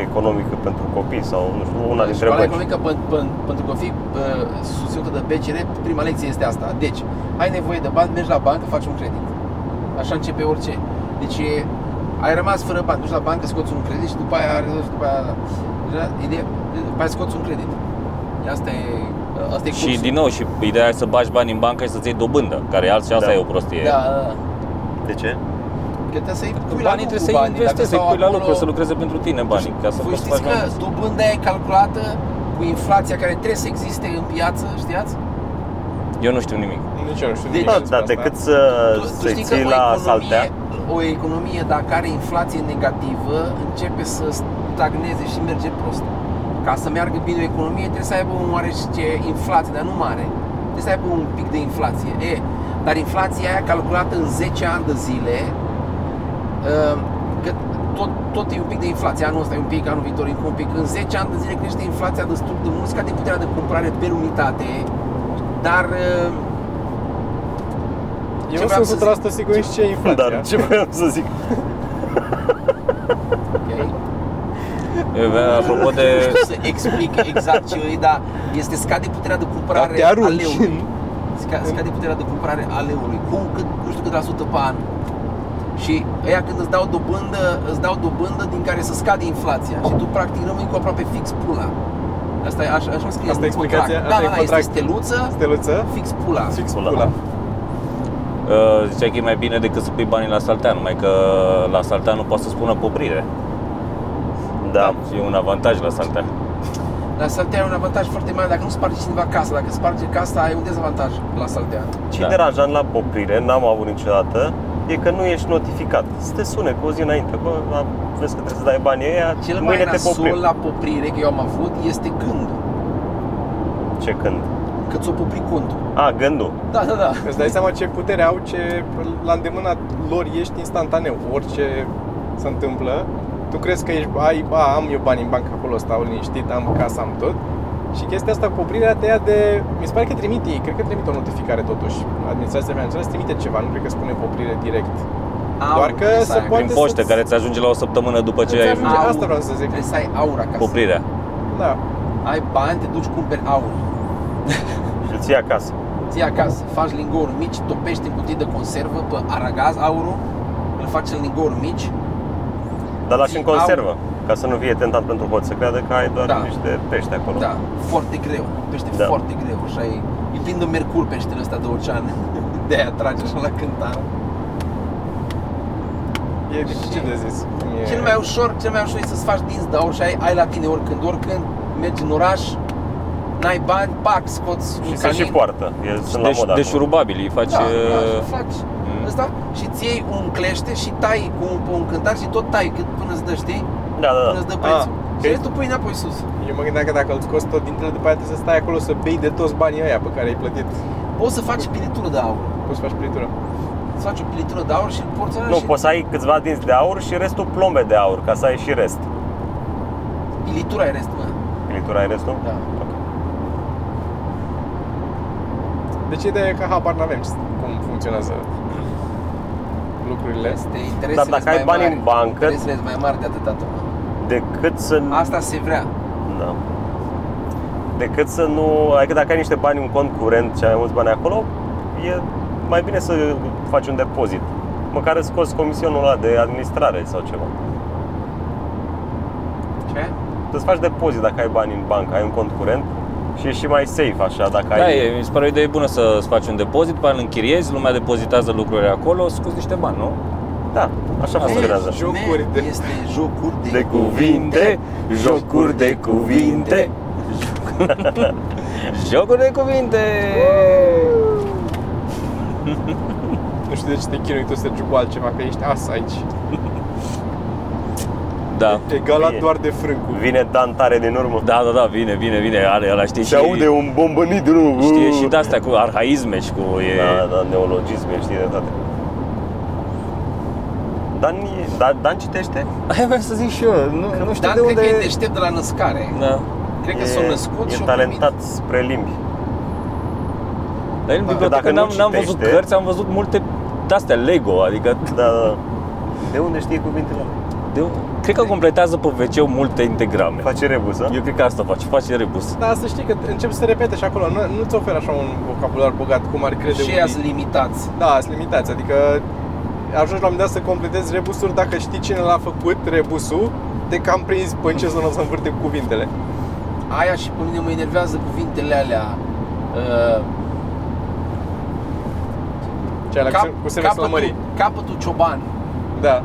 [SPEAKER 2] economică pentru copii sau nu știu, una dintre
[SPEAKER 1] Deci Școala
[SPEAKER 2] bănci.
[SPEAKER 1] economică pen- pen- pentru că fi uh, susținută de BCR, prima lecție este asta. Deci, ai nevoie de bani, mergi la bancă, faci un credit. Așa începe orice. Deci, e- ai rămas fără bani, duci la bancă, scoți un credit și după aia, rezolvi, după aia, deja, idee, după aia scoți un credit. Asta e, asta e
[SPEAKER 4] Și
[SPEAKER 1] cursul.
[SPEAKER 4] din nou, și ideea e să bagi bani în bancă și să-ți iei dobândă, care alt și asta
[SPEAKER 2] Da.
[SPEAKER 4] e o prostie.
[SPEAKER 1] Da, da, da.
[SPEAKER 2] De ce?
[SPEAKER 1] Că trebuie să-i
[SPEAKER 4] Că
[SPEAKER 1] pui la
[SPEAKER 4] Banii
[SPEAKER 1] lucru
[SPEAKER 4] trebuie să-i
[SPEAKER 1] banii, dacă
[SPEAKER 4] investezi, să-i
[SPEAKER 1] stau
[SPEAKER 4] pui la
[SPEAKER 1] acolo- Deci
[SPEAKER 4] lucru, să lucreze pentru tine banii, ca să
[SPEAKER 1] Voi
[SPEAKER 4] poți să faci
[SPEAKER 1] știți
[SPEAKER 4] mai
[SPEAKER 1] că
[SPEAKER 4] mult.
[SPEAKER 1] dobânda e calculată cu inflația care trebuie să existe în piață, știați?
[SPEAKER 4] Eu nu știu nimic.
[SPEAKER 3] Nici eu nu știu
[SPEAKER 1] Deci-
[SPEAKER 3] nimic
[SPEAKER 2] Da,
[SPEAKER 3] despre
[SPEAKER 2] da,
[SPEAKER 3] asta.
[SPEAKER 2] decât să,
[SPEAKER 1] Tu- tu
[SPEAKER 2] să-i
[SPEAKER 1] știi că
[SPEAKER 2] ții
[SPEAKER 1] o
[SPEAKER 2] la
[SPEAKER 1] economie-
[SPEAKER 2] saltea.
[SPEAKER 1] O economie dacă are inflație negativă începe să stagneze și merge prost. Ca să meargă bine o economie trebuie să aibă un oarește inflație, dar nu mare. Trebuie să aibă un pic de inflație. E, dar inflația aia calculată în 10 ani de zile, uh, că tot, tot e un pic de inflație, anul ăsta e un pic, anul viitor e încă un pic. În 10 ani de zile crește inflația destul de mult, scade puterea de cumpărare per unitate, dar uh,
[SPEAKER 3] E
[SPEAKER 1] Ce
[SPEAKER 3] Eu
[SPEAKER 1] vreau
[SPEAKER 3] sunt
[SPEAKER 1] ă, să
[SPEAKER 3] 100% sigur și ce e
[SPEAKER 1] Exact.
[SPEAKER 3] inflația.
[SPEAKER 2] Dar ce vreau să zic?
[SPEAKER 1] Ok?
[SPEAKER 4] Apropo
[SPEAKER 1] Nu (laughs)
[SPEAKER 4] de...
[SPEAKER 1] știu să explic exact ce e, dar este scade puterea de
[SPEAKER 3] Dar
[SPEAKER 1] cumpărare
[SPEAKER 3] te
[SPEAKER 1] a
[SPEAKER 3] arunci.
[SPEAKER 1] leului. Sca- Scade puterea de cumpărare a leului cu cât, nu știu cât la sută pe an. Și ăia când îți dau dobândă, îți dau dobândă din care să scade inflația și tu practic rămâi cu aproape fix pula. Asta e așa, așa scrie
[SPEAKER 3] Asta e
[SPEAKER 1] în contract.
[SPEAKER 3] explicația?
[SPEAKER 1] Da,
[SPEAKER 3] Asta e
[SPEAKER 1] da, da, este
[SPEAKER 3] contract.
[SPEAKER 1] steluță,
[SPEAKER 3] Steluță,
[SPEAKER 1] fix pula.
[SPEAKER 3] fix
[SPEAKER 2] Pula.
[SPEAKER 3] pula.
[SPEAKER 4] Uh, ziceai că e mai bine decât să pui banii la saltean, numai că la saltean nu poate să spună poprire.
[SPEAKER 2] Da.
[SPEAKER 4] Și e un avantaj la saltean.
[SPEAKER 1] La saltea ai un avantaj foarte mare dacă nu sparge cineva casa. Dacă sparge casa, ai un dezavantaj la saltea.
[SPEAKER 2] Ce
[SPEAKER 4] Da.
[SPEAKER 2] da. deranjant la poprire, n-am avut niciodată, e că nu ești notificat. Să te sune cu o zi înainte, bă, a- vezi că trebuie să dai banii ăia,
[SPEAKER 1] Cel mai
[SPEAKER 2] mâine te
[SPEAKER 1] nasol
[SPEAKER 2] poprim.
[SPEAKER 1] la poprire, că eu am avut, este gândul.
[SPEAKER 2] Ce când?
[SPEAKER 1] Că ți-o popri contul.
[SPEAKER 2] A, gândul.
[SPEAKER 1] Da, da, da.
[SPEAKER 3] Îți dai seama ce putere au, ce la îndemâna lor ești instantaneu. Orice se întâmplă, tu crezi că ești, ai, ba, am eu bani în bancă acolo, stau liniștit, am casa, am tot. Și chestia asta cu oprirea te ia de... Mi se pare că trimite ei, cred că trimite o notificare totuși. Administrația financiară îți trimite ceva, nu cred că spune oprire direct.
[SPEAKER 1] Aur,
[SPEAKER 3] Doar că
[SPEAKER 1] trebuie
[SPEAKER 3] se
[SPEAKER 1] să ai-
[SPEAKER 3] poate
[SPEAKER 4] Prin poștă,
[SPEAKER 3] să-ți-
[SPEAKER 4] care ți ajunge la o săptămână după ce ai
[SPEAKER 3] ajunge. Asta vreau să zic.
[SPEAKER 1] Trebuie să ai aur acasă.
[SPEAKER 4] poprirea.
[SPEAKER 3] Da.
[SPEAKER 1] Ai bani, te duci, cumperi aur.
[SPEAKER 2] Și îl ții acasă.
[SPEAKER 1] Ții acasă, faci lingouri mici, topești în cutii de conservă pe aragaz aurul, îl faci în lingouri mici.
[SPEAKER 2] Dar lași
[SPEAKER 1] Ții
[SPEAKER 2] în conservă, ca să nu fie tentat pentru hoț, să creadă că ai doar
[SPEAKER 1] Da.
[SPEAKER 2] da. niște pești acolo.
[SPEAKER 1] Da, foarte greu. Pește
[SPEAKER 2] Da.
[SPEAKER 1] foarte greu. Așa e. E plin de mercur peștele ăsta de ocean. (laughs) De aia trage așa la cântar.
[SPEAKER 3] E dificil de zis. cum E...
[SPEAKER 1] Cel mai ușor, cel mai ușor e să-ți faci dinți de aur și ai, ai la tine oricând, oricând. Mergi în oraș, n-ai bani, pac, scoți un
[SPEAKER 2] Și se
[SPEAKER 1] canin.
[SPEAKER 2] și poartă, e, sunt la
[SPEAKER 4] Deci,
[SPEAKER 2] mod
[SPEAKER 4] deci
[SPEAKER 2] acum.
[SPEAKER 4] rubabil, îi faci...
[SPEAKER 1] Da,
[SPEAKER 4] uh,
[SPEAKER 1] da, faci
[SPEAKER 2] Hmm?
[SPEAKER 1] ăsta și ți iei un clește și tai cu un, un cântar și tot tai cât până îți dă, știi?
[SPEAKER 2] Da, da,
[SPEAKER 1] Până
[SPEAKER 2] da.
[SPEAKER 1] îți dă
[SPEAKER 3] Ah,
[SPEAKER 1] prețul. și
[SPEAKER 3] ok.
[SPEAKER 1] restul pui înapoi sus.
[SPEAKER 3] Eu mă gândeam că dacă îl scoți tot dintre după aia trebuie să stai acolo să bei de toți banii ăia pe care ai plătit.
[SPEAKER 1] Poți să faci pilitură de aur.
[SPEAKER 3] Poți să faci plitură.
[SPEAKER 1] Să faci o pilitură de aur și îl porți ăla
[SPEAKER 2] Nu,
[SPEAKER 1] și
[SPEAKER 2] poți să ai câțiva dinți de aur și restul plombe de aur, ca să ai și rest.
[SPEAKER 1] pilitura e restul, mă.
[SPEAKER 2] Pilitura ai restul?
[SPEAKER 1] Da.
[SPEAKER 3] Deci ideea e că habar n-avem ce- cum funcționează lucrurile.
[SPEAKER 1] Este
[SPEAKER 2] Dar
[SPEAKER 1] interesele
[SPEAKER 2] dacă ai bani în bancă, Hmm.
[SPEAKER 1] Interesele sunt mai mari de atâta tot.
[SPEAKER 2] decât să...
[SPEAKER 1] Asta se vrea.
[SPEAKER 2] Da. Decât să nu... Adică dacă ai niște bani în un cont curent și ai mulți bani acolo, e mai bine să faci un depozit. Măcar îți scoți comisionul ăla de administrare sau ceva.
[SPEAKER 1] Ce?
[SPEAKER 2] Să-ți faci depozit dacă ai bani în bancă, ai un cont curent și e și mai safe așa dacă
[SPEAKER 4] Da,
[SPEAKER 2] ai...
[SPEAKER 4] e, mi se pare o idee bună să-ți faci un depozit, pe aia îl închiriezi, lumea depozitează lucrurile acolo, scoți niște bani, nu?
[SPEAKER 2] Da, așa funcționează.
[SPEAKER 3] și- Jocuri
[SPEAKER 1] Man,
[SPEAKER 3] de-
[SPEAKER 1] Este jocuri de,
[SPEAKER 4] jocuri de cuvinte Jocuri de cuvinte
[SPEAKER 3] Nu știu de ce te chinui tu, Sergiu, cu altceva, că ești as aici.
[SPEAKER 4] Da,
[SPEAKER 3] E galat
[SPEAKER 2] Bine.
[SPEAKER 3] doar de frâncul.
[SPEAKER 2] Vine Dan tare din urmă.
[SPEAKER 4] da, da, da, vine, vine, vine, are ăla știe și,
[SPEAKER 2] un bombănit din urmă.
[SPEAKER 4] știe și de-astea cu arhaisme și cu e,
[SPEAKER 2] Da, da, neologisme, știi de toate. Dan, e- Dan, Dan citește?
[SPEAKER 5] Aia vreau să zic și eu, nu, nu știu
[SPEAKER 1] Dar
[SPEAKER 5] de
[SPEAKER 1] cred
[SPEAKER 5] unde...
[SPEAKER 1] că e deștept de la născare.
[SPEAKER 4] da.
[SPEAKER 1] Cred că
[SPEAKER 2] E-
[SPEAKER 1] s-a născut și
[SPEAKER 2] E
[SPEAKER 1] a
[SPEAKER 2] talentat spre limbi.
[SPEAKER 4] Dar el în
[SPEAKER 3] Da,
[SPEAKER 4] bibliotecă
[SPEAKER 2] dacă
[SPEAKER 4] n-am,
[SPEAKER 2] nu
[SPEAKER 4] n-am văzut
[SPEAKER 2] citește-
[SPEAKER 4] cărți, am văzut multe de-astea Lego, adică
[SPEAKER 2] Da, da. De unde știe cuvintele?
[SPEAKER 4] de, cred că completează pe wc multe integrame
[SPEAKER 2] Face rebus, a?
[SPEAKER 4] Eu cred că asta face, face rebus
[SPEAKER 3] Dar Da, să știi că încep să repete și acolo. Nu, nu-ți oferă așa un vocabular bogat cum ar crede
[SPEAKER 1] Și ea sunt limitați.
[SPEAKER 3] Da, sunt limitați, adică ajungi la un moment dat să completezi rebusuri dacă știi cine l-a făcut rebusul, te cam prins pe în ce zonă o să învârte cu cuvintele.
[SPEAKER 1] Aia și pe mine mă enervează cuvintele alea. Uh,
[SPEAKER 3] Ce alea
[SPEAKER 1] cap,
[SPEAKER 3] cu- cu semne
[SPEAKER 1] capătul,
[SPEAKER 3] slămării.
[SPEAKER 1] capătul cioban
[SPEAKER 3] Da.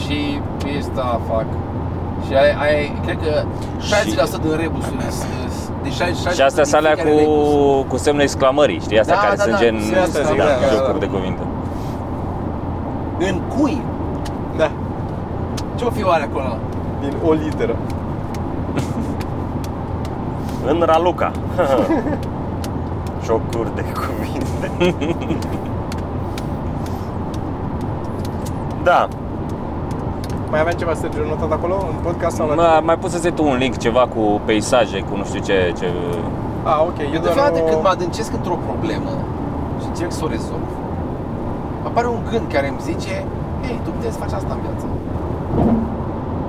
[SPEAKER 1] și asta fac. Și ai, ai cred că 60% din rebusuri sunt- sunt- de 60,
[SPEAKER 4] Și astea sunt alea cu, cu semne exclamării, știi? Astea
[SPEAKER 1] Da,
[SPEAKER 4] care
[SPEAKER 1] da,
[SPEAKER 4] sunt
[SPEAKER 1] da,
[SPEAKER 4] gen
[SPEAKER 1] sunt astea,
[SPEAKER 3] zic,
[SPEAKER 4] da,
[SPEAKER 3] da, da,
[SPEAKER 4] jocuri
[SPEAKER 3] da.
[SPEAKER 4] de cuvinte
[SPEAKER 1] în cui.
[SPEAKER 3] Da.
[SPEAKER 1] Ce-o fi oare acolo?
[SPEAKER 3] Din o literă.
[SPEAKER 2] În Raluca. (laughs) Jocuri de cuvinte. (laughs) da,
[SPEAKER 3] Mai aveam ceva, Sergiu, notat acolo? În podcast sau la...
[SPEAKER 4] Mă, mai poți să zi tu un link, ceva cu peisaje, cu nu știu ce, ce...
[SPEAKER 3] A, Ah, ok. Eu
[SPEAKER 1] Eu de
[SPEAKER 3] doar
[SPEAKER 1] fiecare
[SPEAKER 3] o...
[SPEAKER 1] dată când mă adâncesc într-o problemă și încerc să o rezolv, apare un gând care îmi zice, ei, tu puteți să faci asta în viață.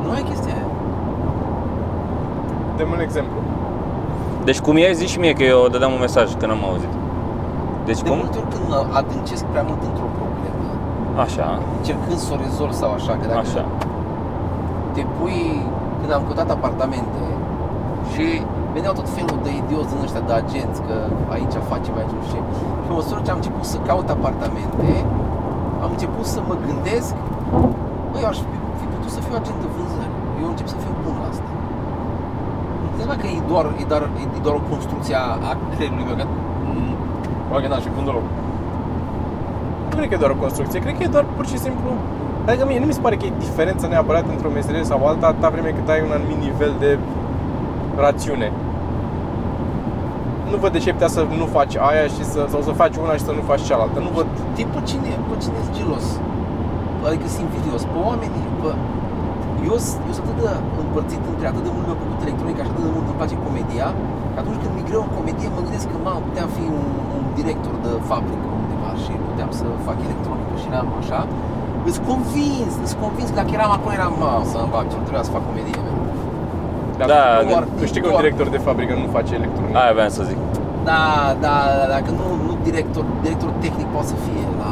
[SPEAKER 1] Nu e chestia aia.
[SPEAKER 3] Dăm un exemplu.
[SPEAKER 4] Deci cum i-ai zis și mie că eu dădeam un mesaj că n-am auzit. Deci
[SPEAKER 1] De
[SPEAKER 4] cum?
[SPEAKER 1] multe ori când uh, adâncesc prea mult într-o problemă,
[SPEAKER 4] Așa,
[SPEAKER 1] încercând să o rezolv sau așa, că dacă
[SPEAKER 4] așa.
[SPEAKER 1] te pui când am căutat apartamente și veneau tot felul de idioți din ăștia de agenți că aici facem, aici nu știu. ce. Și pe măsură ce am început să caut apartamente, am început să mă gândesc, băi, eu aș fi, fi putut să fiu agent de vânzări. Eu încep să fiu bun la asta. Nu cred că e doar, e doar, e doar o construcție a a creierului meu, că mm, probabil că n-aș fi bun deloc.
[SPEAKER 3] Nu cred că e doar o construcție, cred că e doar pur și simplu Adică mie nu mi se pare că e diferență neapărat într-o meserie sau alta atâta vreme cât ai un anumit nivel de rațiune. Nu văd de ce ai putea să nu faci aia și să, sau să faci una și să nu faci cealaltă. Nu văd
[SPEAKER 1] Știi pe cine, pe cine e gelos? Adică sunt invidios pe oamenii, pe... Eu, s- eu sunt atât de împărțit între atât de mult mi-a plăcut electronica și atât de mult îmi place comedia, că atunci când migreu în comedie mă gândesc că, mamă, puteam fi un, un director de fabrică undeva și puteam să fac electronică și n-am așa. Îți convins, îți convins că dacă eram acolo eram, mamă, să îmi bag, ce trebuia să fac comedie. mea."
[SPEAKER 3] Dar
[SPEAKER 4] Da,
[SPEAKER 3] nu,
[SPEAKER 1] doar-
[SPEAKER 3] nu știi că un
[SPEAKER 1] doar-
[SPEAKER 3] director de fabrică nu face electronică.
[SPEAKER 4] Aia aveam să zic.
[SPEAKER 1] Da, da, da, dacă nu, nu director, director tehnic poate să fie la...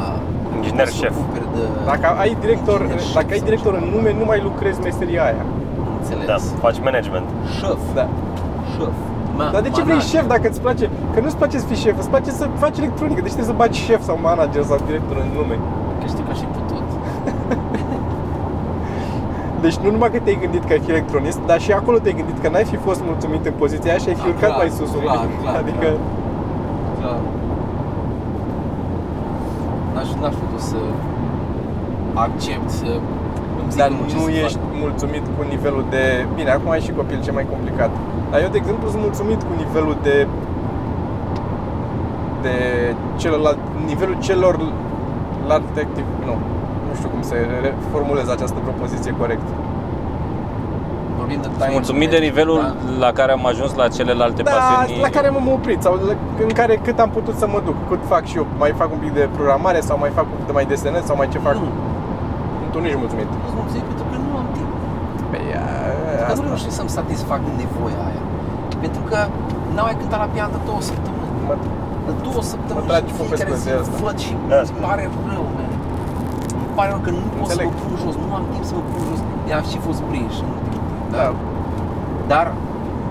[SPEAKER 2] Inginer
[SPEAKER 1] să
[SPEAKER 2] șef.
[SPEAKER 1] cumperi De,
[SPEAKER 3] Dacă ai director,
[SPEAKER 1] inginer șef
[SPEAKER 3] dacă ai
[SPEAKER 1] sau
[SPEAKER 3] director în nume, nu mai lucrezi meseria aia.
[SPEAKER 1] ceva. Înțeles.
[SPEAKER 2] Da, faci management.
[SPEAKER 1] Șef.
[SPEAKER 3] Da.
[SPEAKER 1] Șef. Ma-
[SPEAKER 3] Dar de ce vrei
[SPEAKER 1] manager.
[SPEAKER 3] șef dacă îți place? Că nu-ți place să fii șef, îți place să faci electronică. Deci trebuie să bagi șef sau manager sau director în nume.
[SPEAKER 1] Că știu că și putut.
[SPEAKER 3] Deci nu numai că te-ai gândit că ai fi electronist, dar și acolo te-ai gândit că n-ai fi fost mulțumit în poziția aia și ai fi
[SPEAKER 1] Da,
[SPEAKER 3] urcat
[SPEAKER 1] clar,
[SPEAKER 3] mai sus un
[SPEAKER 1] clar,
[SPEAKER 3] pic.
[SPEAKER 1] clar,
[SPEAKER 3] Adică
[SPEAKER 1] clar. Clar. N-aș, n-aș putut să accept să îmi zic
[SPEAKER 3] dar
[SPEAKER 1] omul ce
[SPEAKER 3] nu
[SPEAKER 1] să fac.
[SPEAKER 3] ești mulțumit cu nivelul de... Bine, acum ai și copil, ce mai complicat. Dar eu, de exemplu, sunt mulțumit cu nivelul de... de celălalt... nivelul celor lalte activ... Nu, nu știu cum să reformulez această propoziție corect.
[SPEAKER 1] Vorbim de
[SPEAKER 4] Sunt
[SPEAKER 1] time
[SPEAKER 4] mulțumit de nivelul
[SPEAKER 1] Da.
[SPEAKER 4] la care am ajuns la celelalte
[SPEAKER 3] Da,
[SPEAKER 4] pasiuni.
[SPEAKER 3] la care m-am oprit sau la, în care cât am putut să mă duc, cât fac și eu, mai fac un pic de programare sau mai fac un pic de mai desenez sau mai ce fac.
[SPEAKER 1] Nu,
[SPEAKER 3] Tu nici nu mulțumit.
[SPEAKER 1] nu sunt mulțumit pentru că nu am timp.
[SPEAKER 3] Păi,
[SPEAKER 1] Că nu
[SPEAKER 3] asta.
[SPEAKER 1] reușesc să-mi satisfac nevoia aia. Pentru că n-am mai cântat la pian de două săptămâni.
[SPEAKER 3] Mă,
[SPEAKER 1] De două săptămâni
[SPEAKER 3] Mă
[SPEAKER 4] Păi,
[SPEAKER 3] tragi
[SPEAKER 1] și
[SPEAKER 3] foc
[SPEAKER 1] fiecare
[SPEAKER 3] pe
[SPEAKER 1] zi
[SPEAKER 3] spate asta.
[SPEAKER 1] văd și
[SPEAKER 2] Da,
[SPEAKER 1] îmi pare rău, man. Îmi pare rău că nu pot să
[SPEAKER 3] Înțeleg.
[SPEAKER 1] mă pun jos, nu am timp să mă pun jos. I-am și fost prins în ultimul timp.
[SPEAKER 3] da,
[SPEAKER 1] Dar,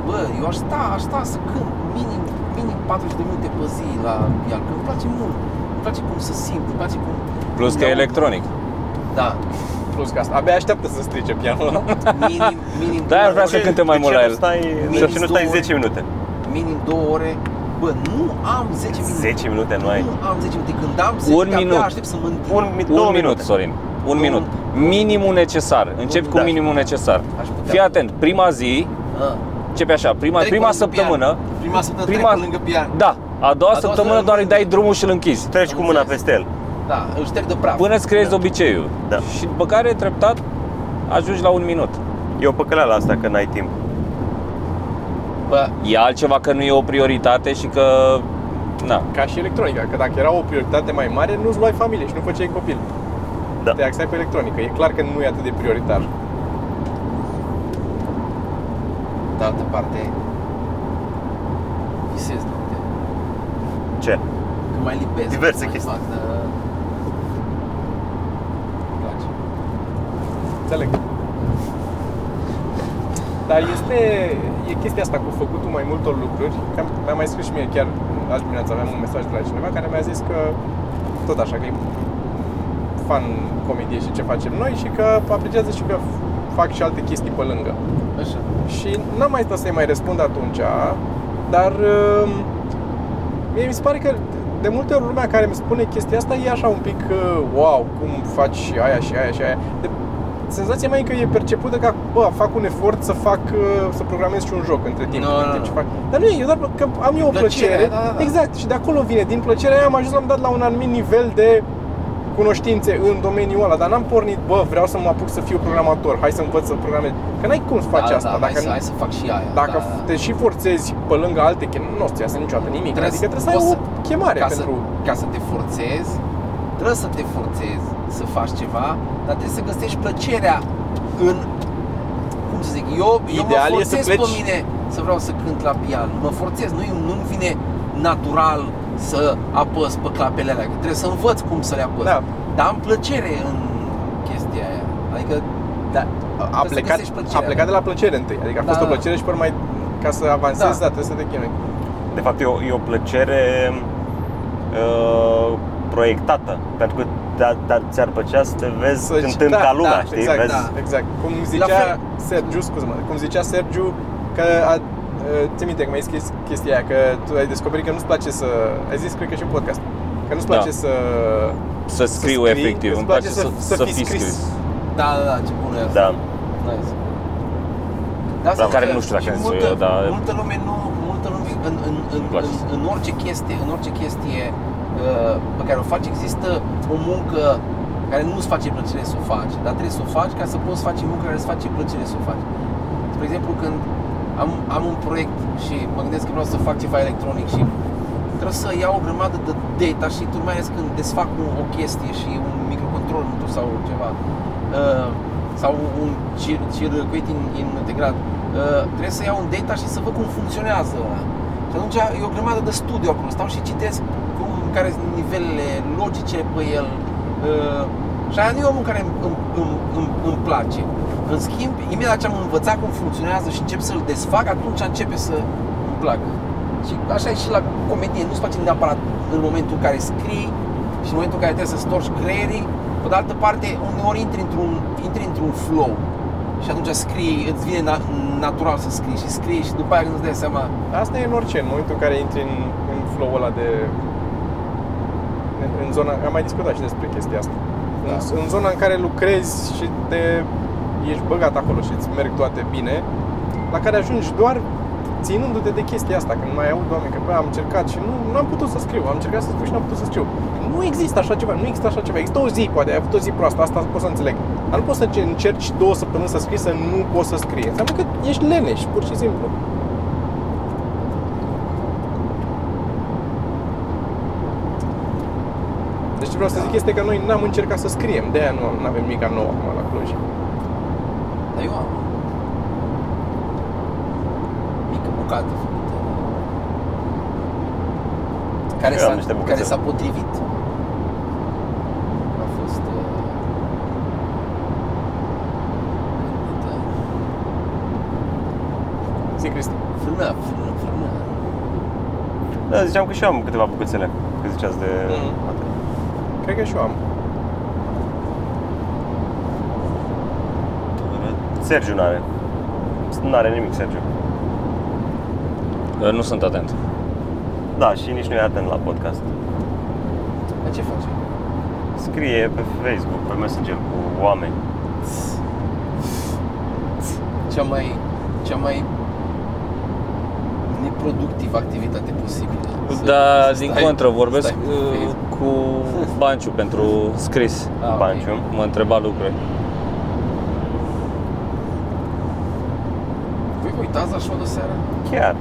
[SPEAKER 1] bă, eu aș sta, aș sta să cânt minim, minim 40 de minute pe zi la el, că îmi place mult. Îmi place cum se simt, îmi place cum...
[SPEAKER 4] Plus că e electronic.
[SPEAKER 1] Da,
[SPEAKER 3] plus că asta. Abia așteaptă să strice pianul ăla.
[SPEAKER 4] (laughs)
[SPEAKER 1] minim, minim,
[SPEAKER 4] Da,
[SPEAKER 1] două
[SPEAKER 4] vreau să
[SPEAKER 1] ore,
[SPEAKER 4] cântem mai
[SPEAKER 2] de
[SPEAKER 4] mult
[SPEAKER 2] ce
[SPEAKER 4] la
[SPEAKER 2] nu
[SPEAKER 4] el.
[SPEAKER 2] Stai, de ce nu stai 10 minute?
[SPEAKER 1] minim două ore. Bă, nu am 10 minute.
[SPEAKER 2] 10 minute nu ai.
[SPEAKER 1] Nu am 10 minute. Când am 10
[SPEAKER 4] Un
[SPEAKER 1] minute, abia
[SPEAKER 4] minut.
[SPEAKER 1] aștept să mă întind.
[SPEAKER 2] Un, mi- două
[SPEAKER 4] Un minut,
[SPEAKER 2] minute.
[SPEAKER 4] Sorin. Un
[SPEAKER 1] Un-
[SPEAKER 4] minut. Minimul necesar. Încep cu
[SPEAKER 2] Da.
[SPEAKER 4] minimul necesar.
[SPEAKER 1] Aș putea.
[SPEAKER 4] Fii atent, prima zi,
[SPEAKER 1] Ah.
[SPEAKER 4] începe așa, prima,
[SPEAKER 1] Trec
[SPEAKER 4] prima
[SPEAKER 1] pe lângă
[SPEAKER 4] săptămână,
[SPEAKER 1] pian. Prima săptămână
[SPEAKER 4] prima-
[SPEAKER 1] prima... trec pe lângă pian.
[SPEAKER 4] da, a doua
[SPEAKER 1] doua
[SPEAKER 4] săptămână doar îi dai drumul și îl închizi.
[SPEAKER 2] Treci cu mâna peste el.
[SPEAKER 1] Da, îl șterg de praf.
[SPEAKER 4] Până îți creezi obiceiul.
[SPEAKER 2] Da.
[SPEAKER 4] Și după care, treptat, ajungi la un minut.
[SPEAKER 2] E o păcăleală asta că n-ai timp.
[SPEAKER 1] Bă,
[SPEAKER 4] E altceva că nu e o prioritate și că... Na,
[SPEAKER 3] Ca și electronica, că dacă era o prioritate mai mare, nu-ți luai familie și nu făceai copil.
[SPEAKER 2] Da.
[SPEAKER 3] Te axai pe electronică. E clar că nu e atât de prioritar.
[SPEAKER 1] de altă parte, visez de multe.
[SPEAKER 2] Ce?
[SPEAKER 1] Că mai lipesc.
[SPEAKER 2] Diverse
[SPEAKER 1] mai
[SPEAKER 2] chestii.
[SPEAKER 1] fac, da. Îmi place.
[SPEAKER 3] Înțeleg. Dar este e chestia asta cu făcutul mai multor lucruri. Că am- Mi-a mai scris și mie chiar azi dimineața aveam un mesaj de la cineva care mi-a zis că tot așa că e fan comedie și ce facem noi și că apreciază și că fac și alte chestii pe lângă.
[SPEAKER 1] Așa.
[SPEAKER 3] Și n-am mai stat să-i mai răspund atunci, dar um, mie mi se pare că de multe ori lumea care îmi spune chestia asta e așa un pic uh, wow, cum faci și aia și aia și aia. De, senzația mea e că e percepută ca, bă, fac un efort să fac, uh, să programez și un joc între timp.
[SPEAKER 1] Nu, nu,
[SPEAKER 3] în timp
[SPEAKER 1] nu.
[SPEAKER 3] ce fac. Dar nu e, eu doar că am eu o plăcere.
[SPEAKER 1] Plăcerea, da, da, da.
[SPEAKER 3] Exact, și de acolo vine. Din plăcerea aia am ajuns, am dat la un anumit nivel de cunoștințe în domeniul ăla, dar n-am pornit, bă, vreau să mă apuc să fiu programator, hai să învăț să programez. Că n-ai cum să faci
[SPEAKER 1] da,
[SPEAKER 3] asta.
[SPEAKER 1] Da,
[SPEAKER 3] dacă
[SPEAKER 1] hai, să,
[SPEAKER 3] nu-
[SPEAKER 1] hai să fac și aia.
[SPEAKER 3] dacă
[SPEAKER 1] da,
[SPEAKER 3] te și forțezi pe lângă alte chemări, nu o să iasă niciodată nimic.
[SPEAKER 1] Trebuie
[SPEAKER 3] adică
[SPEAKER 1] să-
[SPEAKER 3] trebuie să ai
[SPEAKER 1] poți
[SPEAKER 3] o
[SPEAKER 1] să-
[SPEAKER 3] chemare
[SPEAKER 1] ca,
[SPEAKER 3] pentru...
[SPEAKER 1] să, ca să te forțezi, Trebuie să te forțezi să faci ceva, dar trebuie să găsești plăcerea în cum să zic, eu, eu
[SPEAKER 3] Ideal e
[SPEAKER 1] mă
[SPEAKER 3] să
[SPEAKER 1] forțez pe
[SPEAKER 3] pleci-
[SPEAKER 1] mine să vreau să cânt la pian. Mă forțez, nu nu-mi vine natural să apăs pe clapele alea, că trebuie să învăț cum să le apăs.
[SPEAKER 3] Da.
[SPEAKER 1] Dar am plăcere în chestia aia. Adică
[SPEAKER 3] Da, a
[SPEAKER 1] să
[SPEAKER 3] plecat,
[SPEAKER 1] găsești
[SPEAKER 3] a
[SPEAKER 1] plăcerea.
[SPEAKER 3] plecat de la plăcere întâi, adică a fost
[SPEAKER 1] Da.
[SPEAKER 3] o plăcere și pe urmă ai- ca să avansezi,
[SPEAKER 1] Da.
[SPEAKER 3] da. da, trebuie să te chinui.
[SPEAKER 2] De fapt, e o, e o plăcere uh, proiectată, pentru că da, da, ți-ar plăcea să te vezi
[SPEAKER 3] Să-
[SPEAKER 2] cântând
[SPEAKER 3] da,
[SPEAKER 2] ca lumea,
[SPEAKER 3] da,
[SPEAKER 2] știi?
[SPEAKER 3] Exact,
[SPEAKER 2] Vezi?
[SPEAKER 1] da.
[SPEAKER 3] exact. Cum
[SPEAKER 1] La fel.
[SPEAKER 3] zicea Sergiu, scuze mă cum zicea Sergiu, că a, ți minte că mi-ai scris chestia aia, că tu ai descoperit că nu-ți place să... Ai zis, cred că și în podcast, că nu-ți
[SPEAKER 4] Da.
[SPEAKER 3] place să...
[SPEAKER 4] Să
[SPEAKER 3] să
[SPEAKER 4] scriu
[SPEAKER 3] scrii,
[SPEAKER 4] efectiv,
[SPEAKER 3] îți
[SPEAKER 4] îmi
[SPEAKER 3] place
[SPEAKER 4] place să,
[SPEAKER 3] să,
[SPEAKER 4] să
[SPEAKER 3] fii
[SPEAKER 4] fi scris.
[SPEAKER 1] da, da, da, ce bună e asta.
[SPEAKER 2] da.
[SPEAKER 1] Nice. Da, asta
[SPEAKER 4] Bravo. Care
[SPEAKER 1] că-
[SPEAKER 4] nu știu dacă
[SPEAKER 1] și
[SPEAKER 4] am zis
[SPEAKER 1] multă,
[SPEAKER 4] eu, dar-
[SPEAKER 1] Multă lume nu, multă lume în, în, în,
[SPEAKER 4] Îmi
[SPEAKER 1] în,
[SPEAKER 4] place.
[SPEAKER 1] în, orice chestie, în orice chestie uh, pe care o faci există o muncă care nu îți face plăcere să o faci, dar trebuie să o faci ca să poți face munca care îți face plăcere să o faci. Spre exemplu, când am, am un proiect și mă gândesc că vreau să fac ceva electronic și trebuie să iau o grămadă de data și tu mai ales când desfac un, o chestie și un microcontrol nu sau ceva uh, sau un cir, circuit in, in integrat uh, trebuie să iau un data și să văd cum funcționează ăla. și atunci e o grămadă de studiu acolo, stau și citesc cum, care sunt nivelele logice pe el uh, și aia nu e omul care îmi, îmi, îmi, îmi, îmi place în schimb, imediat ce am învățat cum funcționează și încep să-l desfac, atunci începe să îmi placă. Și așa e și la comedie, nu-ți place neapărat în momentul în care scrii și în momentul în care trebuie să storci creierii. Pe de altă parte, uneori intri într-un, intri într-un flow și atunci scrii, îți vine na- natural să scrii și scrii și după aia când îți dai seama,
[SPEAKER 3] Asta e în orice, în momentul în care intri în, în flow-ul ăla de... În, în zona, am mai discutat și despre chestia asta.
[SPEAKER 1] Da.
[SPEAKER 3] În, în zona în care lucrezi și te, ești băgat acolo și îți merg toate bine, la care ajungi doar ținându-te de chestia asta, când mai aud oameni că bă, am încercat și nu, nu am putut să scriu, am încercat să scriu și n-am putut să scriu. Nu există așa ceva, nu există așa ceva. Există o zi, poate, ai avut o zi proastă, asta pot să înțeleg. Dar nu poți să încerci două săptămâni să scrii, să nu poți să scrii. Înseamnă că ești leneș, pur și simplu. Deci ce vreau să zic este că noi n-am încercat să scriem, de aia nu avem nimic nou acum la Cluj.
[SPEAKER 1] dar eu am mică bucată făcută. Care
[SPEAKER 2] Eu
[SPEAKER 1] s-a,
[SPEAKER 2] am niște bucățele.
[SPEAKER 1] care s-a potrivit. A fost... Uh, gândită.
[SPEAKER 3] Zi, Cristi.
[SPEAKER 1] frână, frână, frână.
[SPEAKER 2] da, ziceam că și eu am câteva bucățele, că ziceați de...
[SPEAKER 3] Mhm. Cred că și eu am.
[SPEAKER 2] Sergiu n-are. N-are nimic, Sergiu.
[SPEAKER 4] Uh, Nu sunt atent.
[SPEAKER 2] Da, și nici nu e atent la podcast.
[SPEAKER 1] Dar ce faci?
[SPEAKER 2] Scrie pe Facebook, pe Messenger cu oameni.
[SPEAKER 1] Cea mai, cea mai neproductivă activitate posibilă. Să-
[SPEAKER 4] Dar,
[SPEAKER 1] să
[SPEAKER 4] Da, din
[SPEAKER 1] stai-
[SPEAKER 4] contră, vorbesc
[SPEAKER 1] stai pe
[SPEAKER 4] uh,
[SPEAKER 1] Facebook.
[SPEAKER 4] cu Banciu pentru scris.
[SPEAKER 1] Ah, ok.
[SPEAKER 2] Banciu.
[SPEAKER 4] Mă întreba lucruri.
[SPEAKER 1] Voi vă uitați la show de seară?
[SPEAKER 2] Chiar.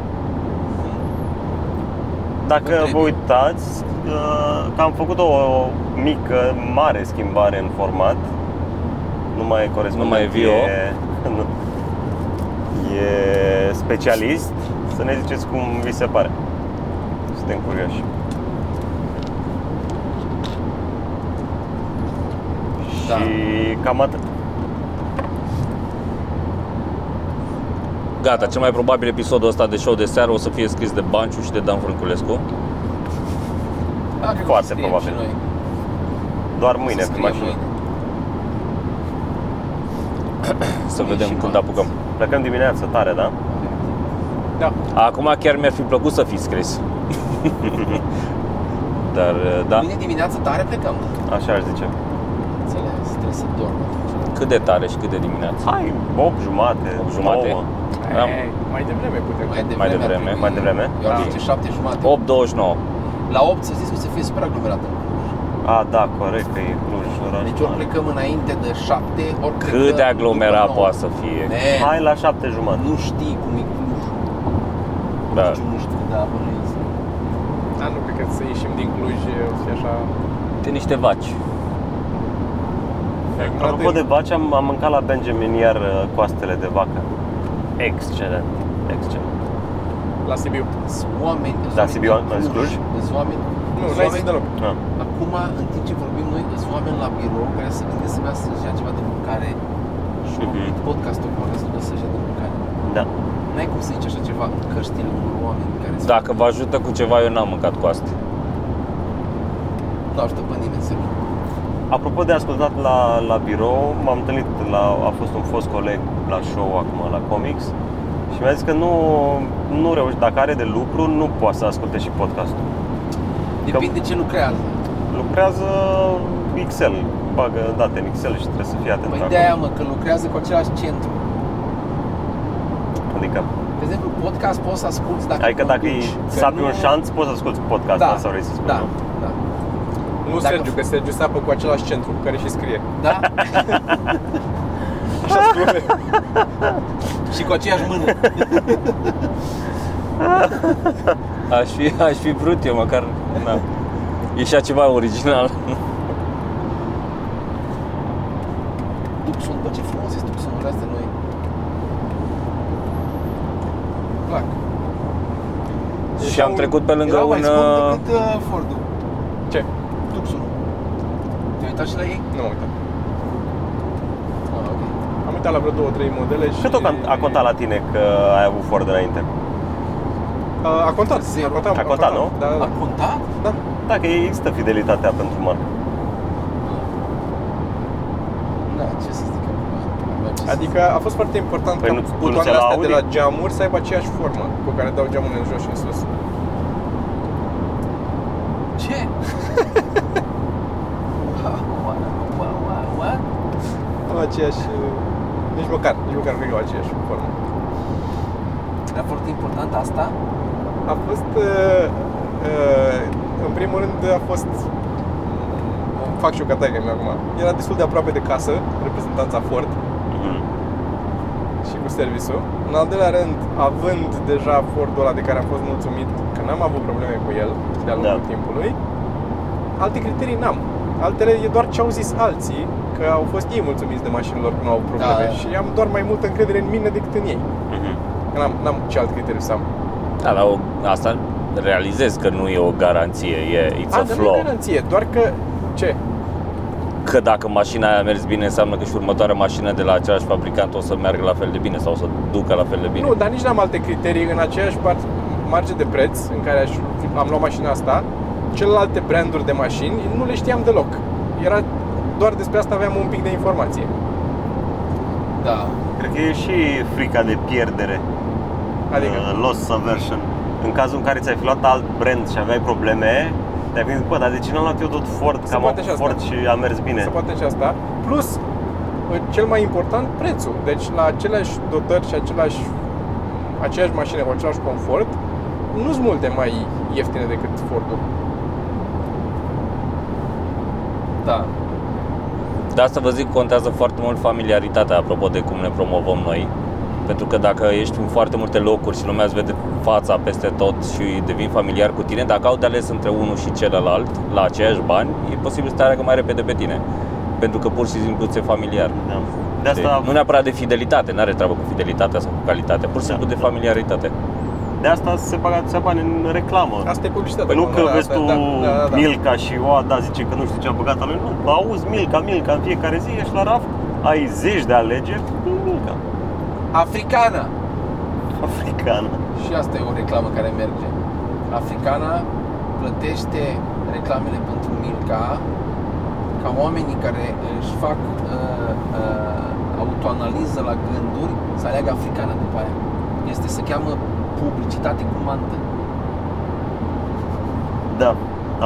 [SPEAKER 1] Nu
[SPEAKER 2] Dacă vă
[SPEAKER 1] trebuie.
[SPEAKER 2] uitați, uh, că am făcut o mică, mare schimbare în format. Nu mai corespunde.
[SPEAKER 4] Nu mai e Vio.
[SPEAKER 2] E, (laughs) nu. e specialist. Să ne ziceți cum vi se pare. Suntem curioși.
[SPEAKER 1] Da.
[SPEAKER 2] Și cam atât.
[SPEAKER 4] Gata, cel mai probabil episodul ăsta de show de seară o să fie scris de Banciu și de Dan Frânculescu.
[SPEAKER 1] Da, cred că
[SPEAKER 2] Foarte
[SPEAKER 1] scriem
[SPEAKER 2] probabil.
[SPEAKER 1] și noi.
[SPEAKER 2] Doar mâine
[SPEAKER 1] Să
[SPEAKER 2] pe
[SPEAKER 1] scriem
[SPEAKER 2] mașină.
[SPEAKER 1] mâine.
[SPEAKER 4] Să
[SPEAKER 1] Mâine
[SPEAKER 4] vedem
[SPEAKER 1] și
[SPEAKER 4] când
[SPEAKER 1] marți.
[SPEAKER 4] apucăm.
[SPEAKER 2] Plecăm dimineața tare, da?
[SPEAKER 3] Da.
[SPEAKER 4] Acum chiar mi-ar fi plăcut să fi scris. (laughs) Dar, uh, da,
[SPEAKER 1] Mâine dimineață tare plecăm.
[SPEAKER 2] Așa aș zice.
[SPEAKER 1] Înțeles, trebuie să dorm atunci.
[SPEAKER 4] cât de tare și cât de dimineață.
[SPEAKER 2] Hai, 8 jumate,
[SPEAKER 4] Opt jumate?
[SPEAKER 2] 9.
[SPEAKER 4] Am
[SPEAKER 3] Ei, mai devreme putem.
[SPEAKER 1] Mai devreme.
[SPEAKER 4] Mai devreme,
[SPEAKER 1] ar trebui.
[SPEAKER 2] mai devreme?
[SPEAKER 1] Eu ar
[SPEAKER 3] Da.
[SPEAKER 1] zice șapte jumate.
[SPEAKER 4] 8.29.
[SPEAKER 1] La 8 să zici că o să fie super aglomerată.
[SPEAKER 2] A, da, corect, că e Cluj, oraș
[SPEAKER 1] Deci ori
[SPEAKER 2] mare.
[SPEAKER 1] plecăm înainte de 7, ori
[SPEAKER 4] Cât de aglomerat poate să
[SPEAKER 1] Ne,
[SPEAKER 4] fie.
[SPEAKER 2] Hai la 7 jumate.
[SPEAKER 1] nu știi cum e Clujul.
[SPEAKER 4] Da.
[SPEAKER 1] Nici eu nu știu, da, bă, nu e-
[SPEAKER 3] Da, nu cred că să ieșim din Cluj e, o să fie așa
[SPEAKER 4] niște, niște vaci.
[SPEAKER 3] Mi-a cumpărat
[SPEAKER 2] Apropo
[SPEAKER 3] el.
[SPEAKER 2] de vaci, am, am mâncat la Benjamin iar uh, coastele de vacă. Excelent, excelent.
[SPEAKER 3] La Sibiu.
[SPEAKER 1] Sunt oameni, sunt
[SPEAKER 2] Da,
[SPEAKER 1] oameni
[SPEAKER 2] Sibiu,
[SPEAKER 1] din
[SPEAKER 2] în Cluj?
[SPEAKER 1] Sunt oameni,
[SPEAKER 3] Nu,
[SPEAKER 1] sunt
[SPEAKER 3] n-ai zis
[SPEAKER 1] oameni-
[SPEAKER 3] deloc.
[SPEAKER 2] Ah.
[SPEAKER 1] Acum, în timp ce vorbim noi, sunt oameni la birou care se gândesc să meargă să-și ia ceva de mâncare și au
[SPEAKER 2] Mhm.
[SPEAKER 1] oprit podcastul acum ca să ducă să-și ia de mâncare.
[SPEAKER 2] Da.
[SPEAKER 1] N-ai cum să zici așa ceva în căștile unor oameni care se...
[SPEAKER 4] Dacă vă ajută cu ceva, eu n-am mâncat cu asta.
[SPEAKER 1] Nu ajută pe nimeni să
[SPEAKER 2] Apropo de ascultat la, la birou, m-am întâlnit la, a fost un fost coleg la show acum la Comics și mi-a zis că nu, nu reuși, dacă are de lucru, nu poate să asculte și podcastul.
[SPEAKER 1] Depinde ce lucrează.
[SPEAKER 2] Lucrează Excel, bagă date în Excel și trebuie să fie atent
[SPEAKER 1] Păi
[SPEAKER 2] acolo.
[SPEAKER 1] de aia, mă, că lucrează cu același centru.
[SPEAKER 2] Adică,
[SPEAKER 1] De exemplu, podcast poți să asculti dacă
[SPEAKER 2] adică dacă îi
[SPEAKER 1] conduci, că
[SPEAKER 2] sapi
[SPEAKER 1] nu-
[SPEAKER 2] un șanț, poți să asculti podcastul
[SPEAKER 1] da,
[SPEAKER 2] asta, vrei să spun.
[SPEAKER 1] da,
[SPEAKER 2] nu?
[SPEAKER 1] da,
[SPEAKER 3] Nu
[SPEAKER 1] Dacă-
[SPEAKER 3] Sergiu, că Sergiu sapă cu același centru cu care și scrie.
[SPEAKER 1] da,
[SPEAKER 3] Așa spune.
[SPEAKER 1] și cu aceeași mână.
[SPEAKER 4] Aș fi, aș fi vrut eu, măcar na, ieșea ceva original.
[SPEAKER 1] Tucson, bă, ce frumos este Tucsonul ăsta de noi. Îmi Plac.
[SPEAKER 4] și am
[SPEAKER 3] un-
[SPEAKER 4] trecut pe lângă
[SPEAKER 1] Era mai
[SPEAKER 4] un...
[SPEAKER 1] scump
[SPEAKER 4] uh,
[SPEAKER 1] decât uh, Fordul,
[SPEAKER 3] Ce?
[SPEAKER 1] Tucsonul. Te-ai uitat și la ei?
[SPEAKER 3] Nu m-am uitat.
[SPEAKER 1] Ah, ok.
[SPEAKER 3] Am uitat la vreo două, trei modele și...
[SPEAKER 2] Cât o cont- a contat la tine că ai avut Ford înainte?
[SPEAKER 3] A, a contat,
[SPEAKER 1] Zero.
[SPEAKER 3] a contat,
[SPEAKER 2] A contat, nu?
[SPEAKER 3] Da, da,
[SPEAKER 1] A
[SPEAKER 3] da.
[SPEAKER 1] contat?
[SPEAKER 3] da.
[SPEAKER 2] Da, că există fidelitatea pentru marcă.
[SPEAKER 1] Da, ce să zic acum? Avea ce să zic.
[SPEAKER 3] Adică a fost foarte important
[SPEAKER 2] Păi
[SPEAKER 3] ca
[SPEAKER 2] nu-
[SPEAKER 3] nu,
[SPEAKER 2] nu
[SPEAKER 3] butoanele
[SPEAKER 2] ți-a la
[SPEAKER 3] astea de la
[SPEAKER 2] Audi?
[SPEAKER 3] geamuri să aibă aceeași formă cu care dau geamurile în jos și în sus.
[SPEAKER 1] Ce? Wow, wow, wow, wow, wow.
[SPEAKER 3] Au aceeași... uh, Nici măcar, nici măcar nu cred că au aceeași formă.
[SPEAKER 1] Era foarte important asta?
[SPEAKER 3] A fost, uh, uh, în primul rând, a fost, fac și o categorie mea acum, era destul de aproape de casă, reprezentanța Ford
[SPEAKER 2] Mhm.
[SPEAKER 3] și cu serviciul. În al doilea rând, având deja Fordul ăla de care am fost mulțumit, că n-am avut probleme cu el de-a lungul
[SPEAKER 2] Da.
[SPEAKER 3] timpului, alte criterii n-am. Altele e doar ce au zis alții, că au fost ei mulțumiți de mașinilor că nu au probleme
[SPEAKER 1] Da.
[SPEAKER 3] și am doar mai multă încredere în mine decât în ei.
[SPEAKER 2] Mhm.
[SPEAKER 3] Că N-am, n-am ce alt criteriu să am.
[SPEAKER 4] Da, la o, asta realizez că nu e o garanție, e it's a,
[SPEAKER 3] A, dar nu e
[SPEAKER 4] flaw.
[SPEAKER 3] garanție, doar că ce?
[SPEAKER 4] Că dacă mașina aia a mers bine, înseamnă că și următoarea mașină de la același fabricant o să meargă la fel de bine sau o să ducă la fel de bine.
[SPEAKER 3] Nu, dar nici n-am alte criterii în aceeași par- marge de preț în care aș, fi- am luat mașina asta. Celelalte branduri de mașini nu le știam deloc. Era doar despre asta aveam un pic de informație.
[SPEAKER 1] Da.
[SPEAKER 2] Cred că e și frica de pierdere,
[SPEAKER 3] Adică
[SPEAKER 2] uh, loss aversion. În cazul în care ți-ai fi luat alt brand și aveai probleme, te-ai gândit, bă, dar de ce n-am luat eu tot Ford?
[SPEAKER 3] Se
[SPEAKER 2] Că am
[SPEAKER 3] poate
[SPEAKER 2] avut
[SPEAKER 3] și asta.
[SPEAKER 2] Ford și a mers bine.
[SPEAKER 3] se poate și asta. Plus, cel mai important, prețul. Deci la aceleași dotări și același, aceeași mașină cu același confort, nu sunt multe mai ieftine decât Fordul.
[SPEAKER 1] Da.
[SPEAKER 4] De asta vă zic, contează foarte mult familiaritatea, apropo de cum ne promovăm noi. Pentru că dacă ești în foarte multe locuri și lumea îți vede fața peste tot și devin familiar cu tine, dacă au de ales între unul și celălalt, la aceiași bani, e posibil să te aleagă mai repede pe tine. Pentru că pur și simplu ți-e familiar.
[SPEAKER 2] Da. De asta,
[SPEAKER 4] Nu neapărat de fidelitate, nu are treabă cu fidelitatea sau cu calitatea, pur și simplu de familiaritate.
[SPEAKER 2] de asta se bagă atâția bani în reclamă.
[SPEAKER 3] Asta e publicitatea.
[SPEAKER 2] Păi nu că
[SPEAKER 3] Da,
[SPEAKER 2] vezi
[SPEAKER 3] da,
[SPEAKER 2] tu
[SPEAKER 3] da, da, da.
[SPEAKER 2] Milka și o, da, zice că nu știu ce a băgat al lui. Nu, auzi Milka, Milka, în fiecare zi ești la raft, ai zeci de alegeri, e Milka. (laughs)
[SPEAKER 1] Africana.
[SPEAKER 2] Africană.
[SPEAKER 1] Și asta e o reclamă care merge. Africana plătește reclamele pentru Milka ca oamenii care își fac uh, uh, autoanaliză la gânduri să aleagă Africana după aia. Este, se cheamă publicitate cu mantă.
[SPEAKER 2] Da,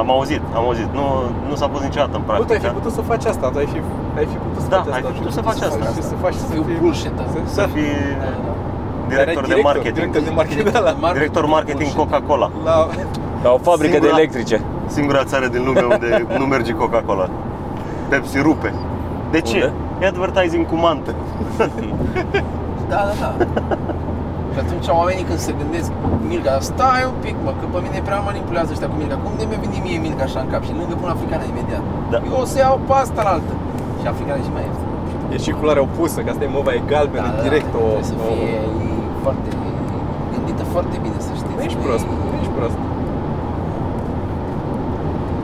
[SPEAKER 2] am auzit, am auzit. Nu, nu s-a pus niciodată în
[SPEAKER 3] Bă, tu ai fi
[SPEAKER 2] practică.
[SPEAKER 3] putut să faci asta, tu ai fi, ai fi putut să
[SPEAKER 2] Da,
[SPEAKER 3] faci asta.
[SPEAKER 2] ai fi putut să faci asta.
[SPEAKER 3] Și să faci
[SPEAKER 1] Să
[SPEAKER 3] să
[SPEAKER 1] fiu
[SPEAKER 3] fii-
[SPEAKER 1] bullshit.
[SPEAKER 3] să- Da.
[SPEAKER 2] Să fii director de marketing.
[SPEAKER 3] Director de marketing, da, la,
[SPEAKER 2] Director marketing Coca-Cola.
[SPEAKER 3] la,
[SPEAKER 4] La o fabrică
[SPEAKER 2] Singura-
[SPEAKER 4] de electrice.
[SPEAKER 2] Singura țară din lume unde nu merge Coca-Cola. Pepsi rupe. De ce?
[SPEAKER 4] Unde?
[SPEAKER 2] E advertising cu mantă.
[SPEAKER 1] Da, da, da. Și atunci oamenii când se gândesc, Milga, stai un pic, mă, că pe mine prea manipulează ăștia cu Milga. Cum de mi-a venit mie Milga așa în cap și lângă pun africana imediat.
[SPEAKER 2] Da.
[SPEAKER 1] Eu o să iau pe asta la altă. Și africana e și mai ieftin.
[SPEAKER 3] E și culoarea opusă, că asta e mova e
[SPEAKER 2] Da,
[SPEAKER 3] galbenă, direct o...
[SPEAKER 1] da, Trebuie să
[SPEAKER 3] o-
[SPEAKER 1] fie e foarte gândită foarte bine, să știți. Deci,
[SPEAKER 3] Nu ești prost, nu ești prost.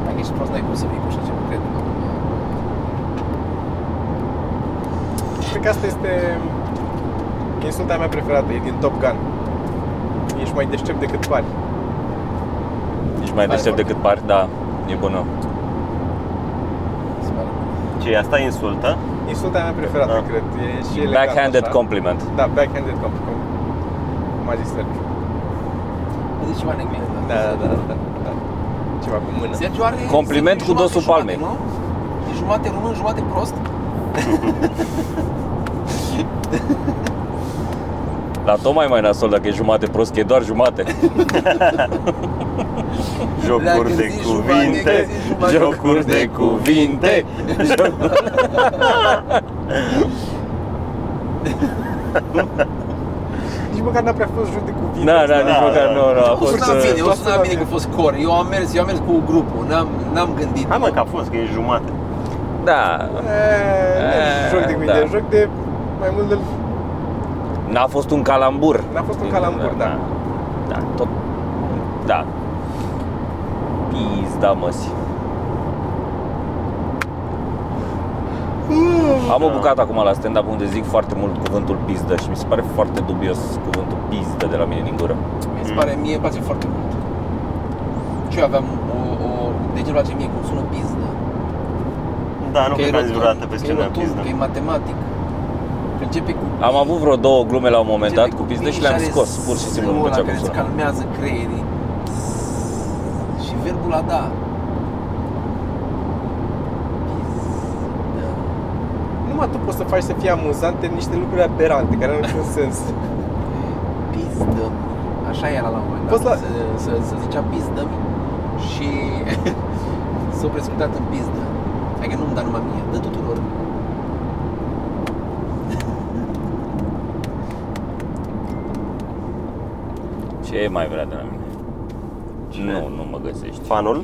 [SPEAKER 1] Dacă ești prost, n-ai cum să vii cu așa ceva, cred.
[SPEAKER 3] Cred că asta este insulta mea preferată, e din Top Gun. Ești mai deștept decât pari.
[SPEAKER 4] Ești mai
[SPEAKER 1] Pare
[SPEAKER 4] deștept
[SPEAKER 1] foarte-
[SPEAKER 4] decât pari, da, e bună.
[SPEAKER 1] Se pare.
[SPEAKER 2] Ce, asta e insultă?
[SPEAKER 3] Insulta mea preferată,
[SPEAKER 2] Da.
[SPEAKER 3] cred. E și elegant,
[SPEAKER 4] Backhanded
[SPEAKER 3] așa.
[SPEAKER 4] compliment.
[SPEAKER 3] Da, backhanded comp. comp. Cum a zis Sergiu.
[SPEAKER 1] Deci ceva în engleză.
[SPEAKER 3] Da, da, da, da, da. Ceva cu mână.
[SPEAKER 1] Sergiu are
[SPEAKER 4] Compliment
[SPEAKER 1] Sergiu e
[SPEAKER 4] cu dosul
[SPEAKER 1] jumate,
[SPEAKER 4] palmei.
[SPEAKER 1] jumate, nu? E jumate român, jumate prost.
[SPEAKER 4] La Toma e mai nasol dacă e jumate prost, că e doar jumate.
[SPEAKER 1] Dacă
[SPEAKER 2] Jocuri de
[SPEAKER 1] zici jumate,
[SPEAKER 2] cuvinte,
[SPEAKER 1] zici jumate.
[SPEAKER 2] jocuri de cuvinte.
[SPEAKER 3] Nici măcar n-a prea fost jur de cuvinte.
[SPEAKER 4] Da, da,
[SPEAKER 2] Da,
[SPEAKER 4] nici
[SPEAKER 2] da,
[SPEAKER 4] măcar
[SPEAKER 2] da.
[SPEAKER 4] nu, nu a
[SPEAKER 1] O
[SPEAKER 4] fost...
[SPEAKER 1] sunat bine,
[SPEAKER 4] uh,
[SPEAKER 1] o sunat bine că a fost cor. Eu am mers, eu am mers cu grupul, n-am, n-am gândit.
[SPEAKER 2] Hai mă, că a fost, că e jumate.
[SPEAKER 4] Da,
[SPEAKER 3] E, nu e Eh, joc de cuvinte,
[SPEAKER 4] Da.
[SPEAKER 3] e joc de mai mult de...
[SPEAKER 4] n-a fost un calambur.
[SPEAKER 3] N-a fost un calambur, da.
[SPEAKER 4] Da, tot... Da. Pizda măsi.
[SPEAKER 3] Mm.
[SPEAKER 4] Am o bucată acum la stand-up unde zic foarte mult cuvântul pizdă și mi se pare foarte dubios cuvântul pizdă de la mine din gură.
[SPEAKER 1] Mi se pare, mie îmi place foarte mult. Și eu aveam o, o de ce îmi place mie cum sună pizdă?
[SPEAKER 2] Da, nu
[SPEAKER 1] e
[SPEAKER 2] cred că ați
[SPEAKER 1] rotund,
[SPEAKER 2] vreodată pe
[SPEAKER 1] că e
[SPEAKER 2] scenă
[SPEAKER 1] rotund,
[SPEAKER 2] pizdă.
[SPEAKER 1] Că e matematic. Că începe cu
[SPEAKER 4] Am avut vreo două glume la un moment dat
[SPEAKER 1] începe
[SPEAKER 4] cu pizdă
[SPEAKER 1] pi
[SPEAKER 4] și le-am
[SPEAKER 1] are
[SPEAKER 4] scos, pur și simplu nu
[SPEAKER 1] S-ul ăla
[SPEAKER 4] plăcea cum
[SPEAKER 1] care îți
[SPEAKER 4] sună.
[SPEAKER 1] calmează creierii. Și verbul a da. Pizdă.
[SPEAKER 3] Numai tu poți să faci să fie amuzante niște lucruri aberante, care nu au niciun
[SPEAKER 1] (laughs)
[SPEAKER 3] sens.
[SPEAKER 1] pizdă Așa era la un moment dat,
[SPEAKER 3] Poți
[SPEAKER 1] la...
[SPEAKER 3] la-
[SPEAKER 1] să, să, să zicea pizdă și (laughs) s-o prescurtat în pizdă. Adică nu-mi da numai mie, dă tuturor.
[SPEAKER 4] Ce mai vrea de la mine? Nu, nu mă găsești.
[SPEAKER 2] Fanul?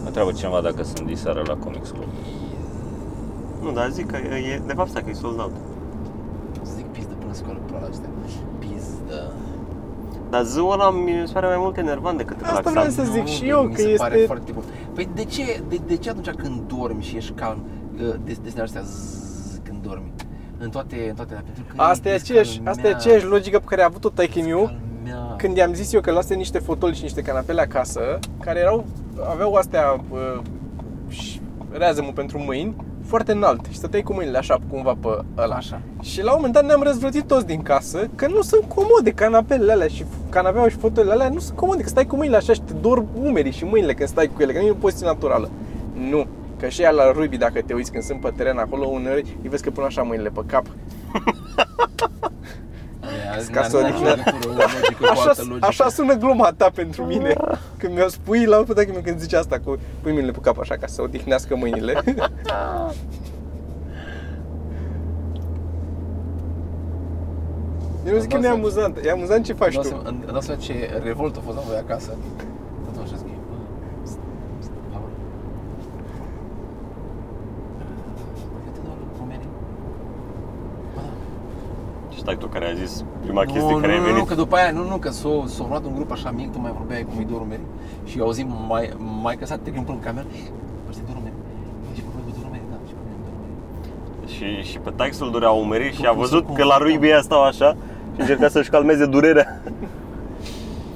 [SPEAKER 4] Mă întreabă cineva dacă sunt diseară la Comics Club.
[SPEAKER 2] Nu, dar zic că e, de fapt, stai că e sold out.
[SPEAKER 1] Să zic pizdă până scoală pula la astea. Pizdă.
[SPEAKER 2] Dar zâul ăla mi se pare mai mult enervant decât
[SPEAKER 3] Asta
[SPEAKER 2] relaxant.
[SPEAKER 3] vreau să zic
[SPEAKER 1] Nu,
[SPEAKER 3] și
[SPEAKER 1] mi
[SPEAKER 3] eu,
[SPEAKER 1] se
[SPEAKER 3] că
[SPEAKER 1] pare
[SPEAKER 3] este...
[SPEAKER 1] foarte bun. Păi de ce, de, de ce atunci când dormi și ești calm, uh, des, des astea zzz, când dormi? În toate, în toate, da, pentru că
[SPEAKER 3] Asta e
[SPEAKER 1] îi
[SPEAKER 3] aceeași, asta e
[SPEAKER 1] calmează,
[SPEAKER 3] aceeași logică pe care a avut-o taică
[SPEAKER 1] îi
[SPEAKER 3] miu
[SPEAKER 1] calmează.
[SPEAKER 3] când i-am zis eu că luase niște fotoli și niște canapele acasă, care erau, aveau astea uh, și reazămul pentru mâini, foarte înalt și stăteai cu mâinile așa, cumva pe ăla.
[SPEAKER 1] Așa.
[SPEAKER 3] Și la un moment dat ne-am răzvrătit toți din casă că nu sunt comode canapelele alea și canapeaua și fotolele alea nu sunt comode, că stai cu mâinile așa și te dor umerii și mâinile când stai cu ele, că nu e o poziție naturală. Nu, că și ea la rugby dacă te uiți când sunt pe teren acolo, uneori îi vezi că pun așa mâinile pe cap. Ca să original. Așa, așa sună gluma ta pentru mine când mi-o spui la urmă dacă când zici asta cu pui mâinile pe cap așa ca să odihnească mâinile. Eu zic că nu e amuzant. E amuzant ce faci tu.
[SPEAKER 1] Îmi dau seama ce revolt a fost la voi acasă. Tot așa zic, bă, stă- stă- Paul. Uite doar rumenii.
[SPEAKER 2] Și stai tu care a zis prima
[SPEAKER 1] Nu,
[SPEAKER 2] chestie
[SPEAKER 1] nu,
[SPEAKER 2] care ai
[SPEAKER 1] nu, Nu,
[SPEAKER 2] venit.
[SPEAKER 1] că după aia, nu, nu, că s-o, s-o luat un grup așa mic, tu mai vorbeai cu mii dorumeri și eu auzim mai, mai căsat, te gând până în cameră, păi dorumeri. Și mă voi dorumeri, da, și mă voi dorumeri.
[SPEAKER 2] Și, și pe taxul durea umerii și
[SPEAKER 1] Tu
[SPEAKER 2] a
[SPEAKER 1] cum să-
[SPEAKER 2] văzut
[SPEAKER 1] cum
[SPEAKER 2] că la
[SPEAKER 1] să-
[SPEAKER 2] rugby ea stau așa și încerca să-și calmeze durerea.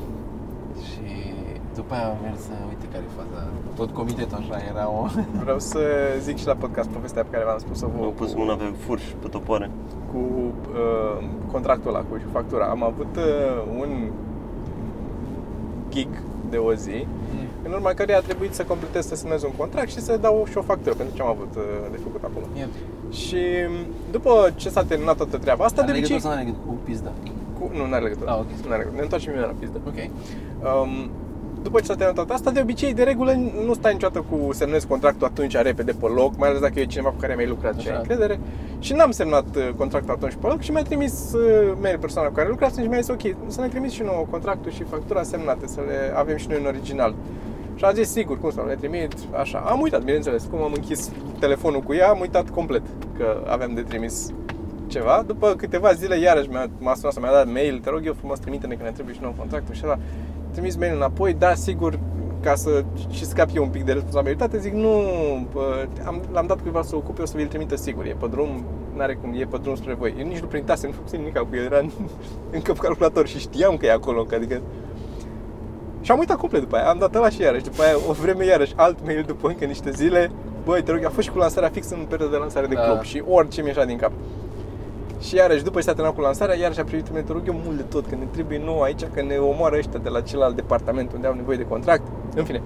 [SPEAKER 2] (laughs)
[SPEAKER 1] Și după aia am mers să uite care e faza. Tot comitetul așa era
[SPEAKER 3] (laughs)
[SPEAKER 1] o...
[SPEAKER 3] Vreau să zic și la podcast povestea pe care v-am spus-o vouă
[SPEAKER 2] Am pus
[SPEAKER 3] cu,
[SPEAKER 2] mâna pe furș, pe topoare.
[SPEAKER 3] cu uh, contractul ăla, cu factura. Am avut uh, un gig de o zi, în urma care a trebuit să completez, să semnez un contract și să dau și o factură pentru ce am avut uh, de făcut acolo. Și mm, după ce s-a terminat toată treaba asta, de obicei...
[SPEAKER 1] Să cu pizda.
[SPEAKER 3] Cu... Nu, n-are legătură.
[SPEAKER 1] Ah, ok.
[SPEAKER 3] Nu are legătură. Ne întoarcem imediat la pizdă.
[SPEAKER 1] Ok.
[SPEAKER 3] Um, după ce s-a terminat toată asta, de obicei, de regulă, nu stai niciodată cu semnezi contractul atunci repede pe loc, mai ales dacă e cineva cu care mi-ai lucrat și
[SPEAKER 1] Așa.
[SPEAKER 3] ai încredere. Și n-am semnat uh, contractul atunci pe loc și mi-a trimis uh, mail persoana cu care lucrat și mi-a zis, ok, să ne trimis și nouă contractul și factura semnate, să le avem și noi în original. Și am zis, sigur, cum să le trimit, așa. Am uitat, bineînțeles, cum am închis telefonul cu ea, am uitat complet că aveam de trimis ceva. După câteva zile, iarăși mi-a, m-a sunat să mi-a dat mail, te rog eu frumos, trimite-ne că ne trebuie și nou contractul și ăla. Trimis mail înapoi, da, sigur, ca să și scap eu un pic de responsabilitate, zic, nu, bă, am, l-am dat cuiva să o ocupe, o să vi-l trimită sigur, e pe drum, n-are cum, e pe drum spre voi. Eu nici nu printasem, nu făcusem nimic cu el, era în, (laughs) încă pe calculator și știam că e acolo, că adică și am uitat complet după aia, am dat ăla și iarăși, după aia o vreme iarăși, alt mail după încă niște zile Băi, te rog, a fost și cu lansarea fix în perioada de lansare de
[SPEAKER 1] Da.
[SPEAKER 3] club și orice mi-a din cap și iarăși, după ce s-a terminat cu lansarea, iarăși a primit un te rog eu mult de tot, că ne trebuie nou aici, că ne omoară ăștia de la celălalt departament unde au nevoie de contract. În fine.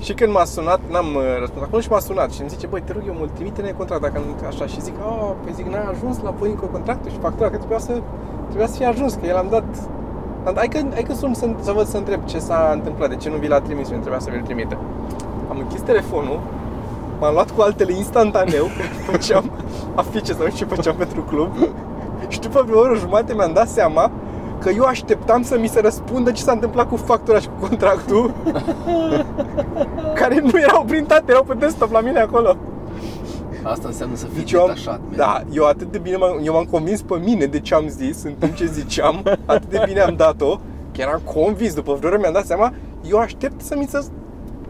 [SPEAKER 3] Și când m-a sunat, n-am uh, răspuns acolo și m-a sunat și îmi zice, băi, te rog eu mult, trimite-ne contract dacă nu așa. Și zic, oh, păi zic, n-a ajuns la voi încă contractul și factura, că trebuia să, trebuia să fie ajuns, că el am dat am- Hai că, hai că sun să, să văd să întreb ce s-a întâmplat, de ce nu vi l-a trimis, eu trebuia să vi-l trimite. Am închis telefonul, m-am luat cu altele instantaneu, (laughs) că făceam afice sau nu știu ce făceam pentru club și după vreo oră jumate mi-am dat seama că eu așteptam să mi se răspundă ce s-a întâmplat cu factura și cu contractul care nu erau printate, erau pe desktop la mine acolo.
[SPEAKER 1] Asta înseamnă să fii
[SPEAKER 3] Deci eu, am,
[SPEAKER 1] detașat, man.
[SPEAKER 3] da, eu atât de bine m-am, eu m-am convins pe mine de ce am zis în timp ce ziceam, atât de bine am dat-o, că eram convins, după vreo oră mi-am dat seama, eu aștept să mi se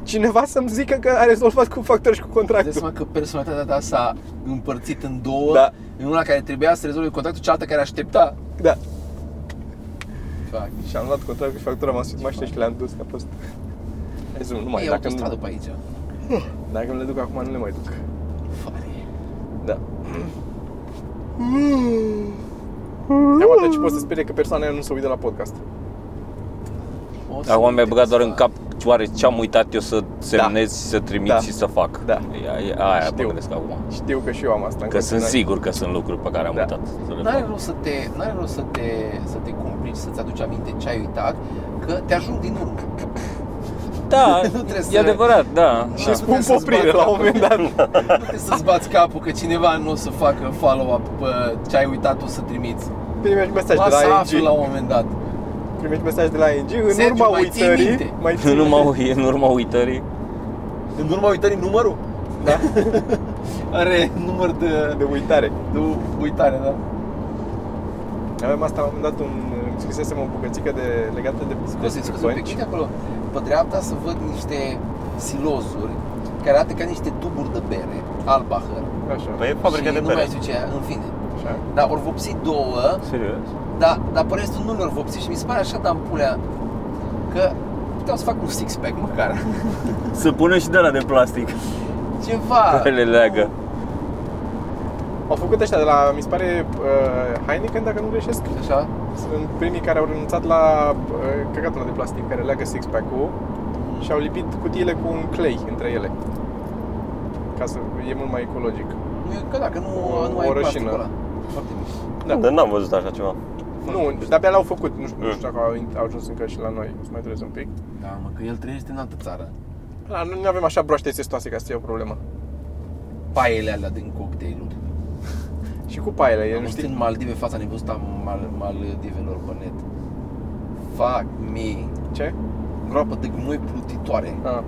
[SPEAKER 3] cineva să-mi zică că a rezolvat cu factor și cu
[SPEAKER 1] Îți dai
[SPEAKER 3] contractul.
[SPEAKER 1] seama că personalitatea ta s-a împărțit în două,
[SPEAKER 3] Da.
[SPEAKER 1] în una care trebuia să rezolve contractul, cealaltă care aștepta.
[SPEAKER 3] Da.
[SPEAKER 1] Fac.
[SPEAKER 3] Și am luat contractul și factura, m-am suit mașină și le-am dus, că a fost... Hai să nu, nu mai,
[SPEAKER 1] Mai, e
[SPEAKER 3] dacă, nu-
[SPEAKER 1] autostradă pe aici.
[SPEAKER 3] dacă nu le duc acum, nu le mai duc.
[SPEAKER 1] Fare.
[SPEAKER 3] Da. Cam atât ce pot să sperie că persoana aia nu se uită la podcast.
[SPEAKER 1] O să
[SPEAKER 4] Acum mi-ai
[SPEAKER 1] uite
[SPEAKER 4] băgat doar în
[SPEAKER 1] asta.
[SPEAKER 4] cap oare ce-am uitat eu să semnez, și să trimit
[SPEAKER 3] Da.
[SPEAKER 4] și să fac.
[SPEAKER 3] Da.
[SPEAKER 4] E- e- Aia mă
[SPEAKER 3] Știu.
[SPEAKER 4] gândesc acum.
[SPEAKER 3] Știu că și eu am asta. în da.
[SPEAKER 4] Că sunt
[SPEAKER 3] continuare.
[SPEAKER 4] sigur că sunt lucruri pe care am
[SPEAKER 3] Da.
[SPEAKER 4] uitat să le
[SPEAKER 1] N-are
[SPEAKER 4] fac.
[SPEAKER 1] rost să te, n-are rost să te, să te complici, să-ți aduci aminte ce ai uitat, că te ajung din urmă.
[SPEAKER 3] (laughs)
[SPEAKER 4] Da,
[SPEAKER 1] Nu trebuie să-
[SPEAKER 4] e adevărat, da.
[SPEAKER 1] Și
[SPEAKER 3] Și spun poprire la un moment dat.
[SPEAKER 1] Nu trebuie să-ți bați capul că cineva nu o să facă follow-up pe ce ai uitat tu să trimiți.
[SPEAKER 3] Primești mesaj de
[SPEAKER 1] Ba să
[SPEAKER 3] la
[SPEAKER 1] afli la
[SPEAKER 3] ING.
[SPEAKER 1] un moment dat.
[SPEAKER 3] Primești mesaj de la ING. În
[SPEAKER 1] Sergiu,
[SPEAKER 3] urma
[SPEAKER 1] mai ții
[SPEAKER 3] uitării,
[SPEAKER 1] minte?
[SPEAKER 3] mai ții
[SPEAKER 4] (laughs) În urma,
[SPEAKER 3] minte.
[SPEAKER 4] ui- în urma uitării.
[SPEAKER 1] În urma uitării numărul? Da. (laughs) Are număr de,
[SPEAKER 3] de uitare.
[SPEAKER 1] de uitare, da.
[SPEAKER 3] Avem asta la un moment dat un îmi scrisesem o bucățică de legată de
[SPEAKER 1] Scuze,
[SPEAKER 3] de
[SPEAKER 1] scuze, un pic,
[SPEAKER 3] bănci.
[SPEAKER 1] uite acolo, pe dreapta să văd niște silozuri care arată ca niște tuburi de bere, Albacher.
[SPEAKER 3] Așa.
[SPEAKER 2] Păi e fabrica
[SPEAKER 1] și
[SPEAKER 2] de
[SPEAKER 1] nu mai
[SPEAKER 2] bere.
[SPEAKER 1] știu ce, e, în fine.
[SPEAKER 3] Așa.
[SPEAKER 1] Dar ori vopsi două,
[SPEAKER 2] Serios?
[SPEAKER 1] dar, dar pe restul nu le-au vopsi și mi se pare așa, dar pulea, că puteau să fac un six-pack măcar. (laughs)
[SPEAKER 2] Să pună și de la de plastic. (laughs)
[SPEAKER 1] Ceva.
[SPEAKER 4] Le leagă.
[SPEAKER 3] Au făcut ăștia de la, mi se pare, uh, Heineken, dacă nu greșesc.
[SPEAKER 1] Așa?
[SPEAKER 3] Sunt primii care au renunțat la uh, căcatul ăla de plastic care leagă six-pack-ul și au lipit cutiile cu un clay între ele. Ca să e mult mai ecologic.
[SPEAKER 1] Nu e- Că dacă nu,
[SPEAKER 3] O-
[SPEAKER 1] nu
[SPEAKER 3] o
[SPEAKER 1] ai plasticul
[SPEAKER 3] rășină.
[SPEAKER 1] ăla. Foarte mișto.
[SPEAKER 3] Da.
[SPEAKER 2] Da. Dar n-am văzut așa ceva.
[SPEAKER 3] Nu, de-abia l-au făcut. Nu știu, nu
[SPEAKER 2] Mm.
[SPEAKER 3] știu dacă au, au ajuns încă și la noi. O să mai trăiesc un pic.
[SPEAKER 1] Da, mă, că el trăiește în altă țară.
[SPEAKER 3] Da, nu, nu avem așa broaște testoase ca să fie o problemă.
[SPEAKER 1] Paiele alea din cocktailuri.
[SPEAKER 3] Și cu paiele, e,
[SPEAKER 1] Eu
[SPEAKER 3] nu
[SPEAKER 1] nu știu în
[SPEAKER 3] știi?
[SPEAKER 1] Maldive fața nevăzută a mal, Maldivelor pe net. Fuck me.
[SPEAKER 3] Ce?
[SPEAKER 1] Groapă de gunoi plutitoare.
[SPEAKER 3] A.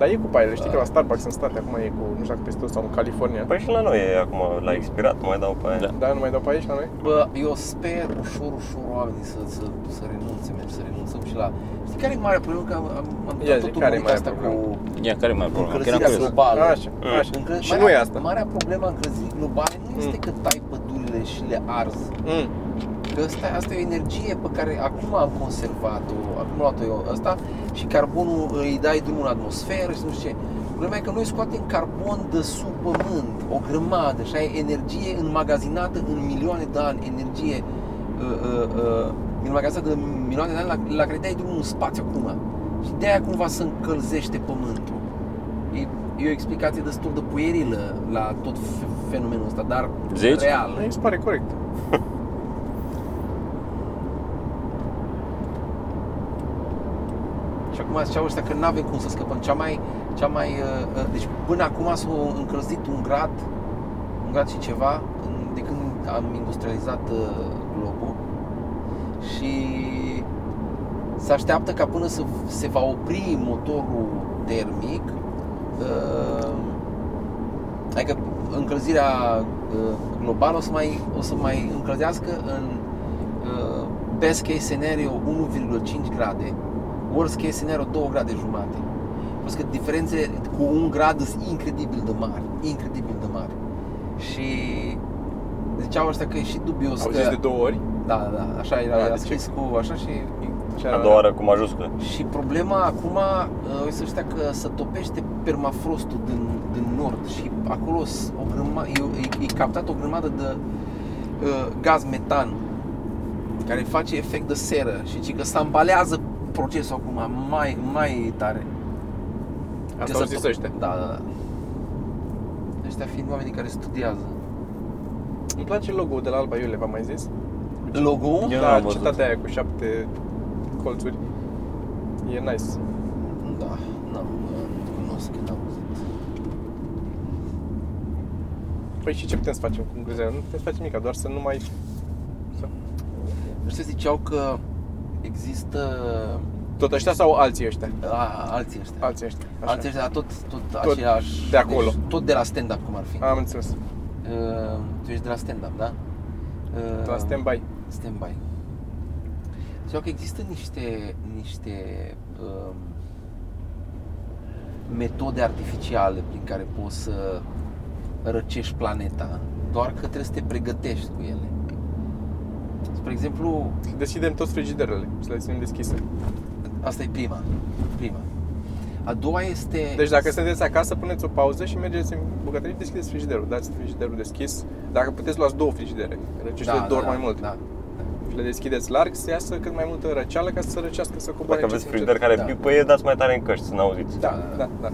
[SPEAKER 3] Dar e cu paiele, știi că la Starbucks în state acum e cu, nu știu dacă peste tot sau în California.
[SPEAKER 2] Păi și la noi e acum, l-a expirat, mai dau pe aia.
[SPEAKER 4] Da.
[SPEAKER 3] Da, nu mai dau pe aici la noi?
[SPEAKER 1] Bă, eu sper ușor, ușor oamenii să, să, să renunțe, mergi, să renunțăm și la... Știi care e marea problemă? Că am, am, am
[SPEAKER 3] Ia zi,
[SPEAKER 1] tot
[SPEAKER 3] care e
[SPEAKER 1] urmărit
[SPEAKER 3] marea
[SPEAKER 1] asta
[SPEAKER 3] problemă?
[SPEAKER 1] cu
[SPEAKER 4] Ia, care mai problemă? Că
[SPEAKER 1] încălzirea
[SPEAKER 4] eram curios.
[SPEAKER 1] globală.
[SPEAKER 3] Așa,
[SPEAKER 2] Mm.
[SPEAKER 3] așa.
[SPEAKER 1] Încă-
[SPEAKER 3] Și
[SPEAKER 1] marea-
[SPEAKER 3] nu e asta.
[SPEAKER 1] Marea problemă a încălzirii globale nu este
[SPEAKER 3] Mm.
[SPEAKER 1] că tai pădurile și le arzi.
[SPEAKER 3] Mm.
[SPEAKER 1] Că asta, asta e o energie pe care acum am conservat-o, acum luat-o eu asta și carbonul îi dai drumul în atmosferă și nu știu ce. Problema e că noi scoatem carbon de sub pământ, o grămadă și ai energie înmagazinată în milioane de ani, energie uh, uh, uh, înmagazinată în milioane de ani la, la care dai drumul în spațiu acum. Și de aia cumva se încălzește pământul. E, e o explicație destul de puerilă la tot f- fenomenul ăsta, dar
[SPEAKER 4] Zici?
[SPEAKER 1] real.
[SPEAKER 3] Nu, Mi se pare corect.
[SPEAKER 1] Și acum ziceau ăștia că nu avem cum să scăpăm. Cea mai, cea mai, uh, uh, deci până acum s-a încălzit un grad, un grad și ceva, în- de când am industrializat uh, globul și se așteaptă ca până să se va opri motorul termic, uh, adică încălzirea uh, globală o să mai, o să mai încălzească în uh, best case scenario 1,5 grade, worst case scenario 2 grade jumate. Plus că diferențe cu un grad sunt incredibil de mari, incredibil de mari. Și ziceau ăștia că e și dubios
[SPEAKER 3] Au
[SPEAKER 1] că...
[SPEAKER 3] zis de două ori.
[SPEAKER 1] Da, da, așa era,
[SPEAKER 3] Da,
[SPEAKER 1] era
[SPEAKER 3] de
[SPEAKER 1] scris cu așa și...
[SPEAKER 3] Și
[SPEAKER 2] A doua oară cu majuscule.
[SPEAKER 1] Și problema acum, uh, o să știa că se topește permafrostul din, din nord și acolo s- o grăma, e, e, e captat o grămadă de uh, gaz metan care face efect de seră și ci că se ambalează procesul acum mai, mai tare.
[SPEAKER 3] Asta
[SPEAKER 1] Că
[SPEAKER 3] au
[SPEAKER 1] se
[SPEAKER 3] zis
[SPEAKER 1] to-
[SPEAKER 3] ăștia.
[SPEAKER 1] Da, da, da. Ăștia fiind oamenii care studiază.
[SPEAKER 3] Îmi place logo-ul de la Alba Iulia, v-am mai zis?
[SPEAKER 1] Logo-ul?
[SPEAKER 4] Eu
[SPEAKER 3] da,
[SPEAKER 4] n-am văzut.
[SPEAKER 3] cetatea aia cu șapte colțuri. E nice.
[SPEAKER 1] Da, n-am, uh, nu cunosc, n-am văzut.
[SPEAKER 3] Păi și ce putem să facem cu Gruzia? Nu putem să facem nimic, doar să nu mai... Să...
[SPEAKER 1] Ăștia ziceau că există
[SPEAKER 3] Tot ăștia sau alții ăștia?
[SPEAKER 1] a, alții ăștia.
[SPEAKER 3] Alții ăștia. Așa.
[SPEAKER 1] Alții ăștia, dar tot, tot,
[SPEAKER 3] Tot
[SPEAKER 1] aceiași...
[SPEAKER 3] de acolo.
[SPEAKER 1] Deci, tot de la stand-up, cum ar fi.
[SPEAKER 3] Am înțeles.
[SPEAKER 1] Uh, tu ești de la stand-up, da? Uh,
[SPEAKER 3] De la stand-by.
[SPEAKER 1] Stand-by. Ziceau că există niște, niște um, metode artificiale prin care poți să răcești planeta, doar că trebuie să te pregătești cu ele. Spre exemplu,
[SPEAKER 3] Deschidem toți frigiderele, să le ținem deschise.
[SPEAKER 1] asta e prima. Prima. A doua este...
[SPEAKER 3] Deci dacă sunteți acasă, puneți o pauză și mergeți în bucătărie și deschideți frigiderul. Dați frigiderul deschis. Dacă puteți, luați două frigidere. Răcește da, doar da, mai mult.
[SPEAKER 1] Da.
[SPEAKER 3] Și le deschideți larg să iasă cât mai multă răceală ca să se răcească, să coboare
[SPEAKER 2] Dacă
[SPEAKER 3] încet,
[SPEAKER 2] aveți
[SPEAKER 3] încet.
[SPEAKER 2] frigider care
[SPEAKER 1] Da.
[SPEAKER 2] pipăie, dați mai tare în căști să n-auziți.
[SPEAKER 3] Da, da, da.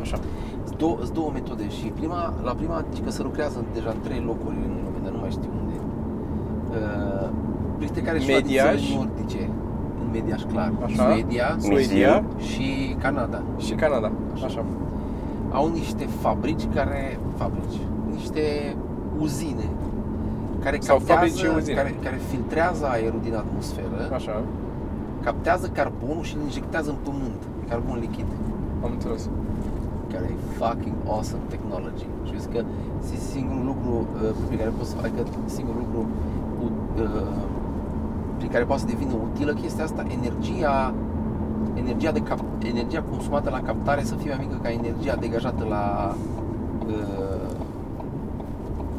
[SPEAKER 3] Așa.
[SPEAKER 1] Sunt două, sunt două metode și prima, la prima, zic că se lucrează deja în trei locuri în lume, dar nu mai știu unde. Uh, printre care și
[SPEAKER 3] Mediaș.
[SPEAKER 1] țări nordice, în mediaș clar,
[SPEAKER 3] Așa.
[SPEAKER 1] Suedia
[SPEAKER 3] Suedia
[SPEAKER 1] și Canada.
[SPEAKER 3] și Canada. Așa.
[SPEAKER 1] Au niște fabrici care, fabrici, niște uzine care
[SPEAKER 3] Sau fabrici și
[SPEAKER 1] captează,
[SPEAKER 3] uzine.
[SPEAKER 1] care, care filtrează aerul din atmosferă,
[SPEAKER 3] Așa.
[SPEAKER 1] captează carbonul și îl injectează în pământ, carbon lichid.
[SPEAKER 3] Am înțeles.
[SPEAKER 1] care e fucking awesome technology. Și eu zic că si- singurul lucru uh, prin care poți să adică singurul lucru u- uh, prin care poate să devină utilă chestia asta, energia energia, de cap, energia consumată la captare să fie mai mică ca energia degajată la uh,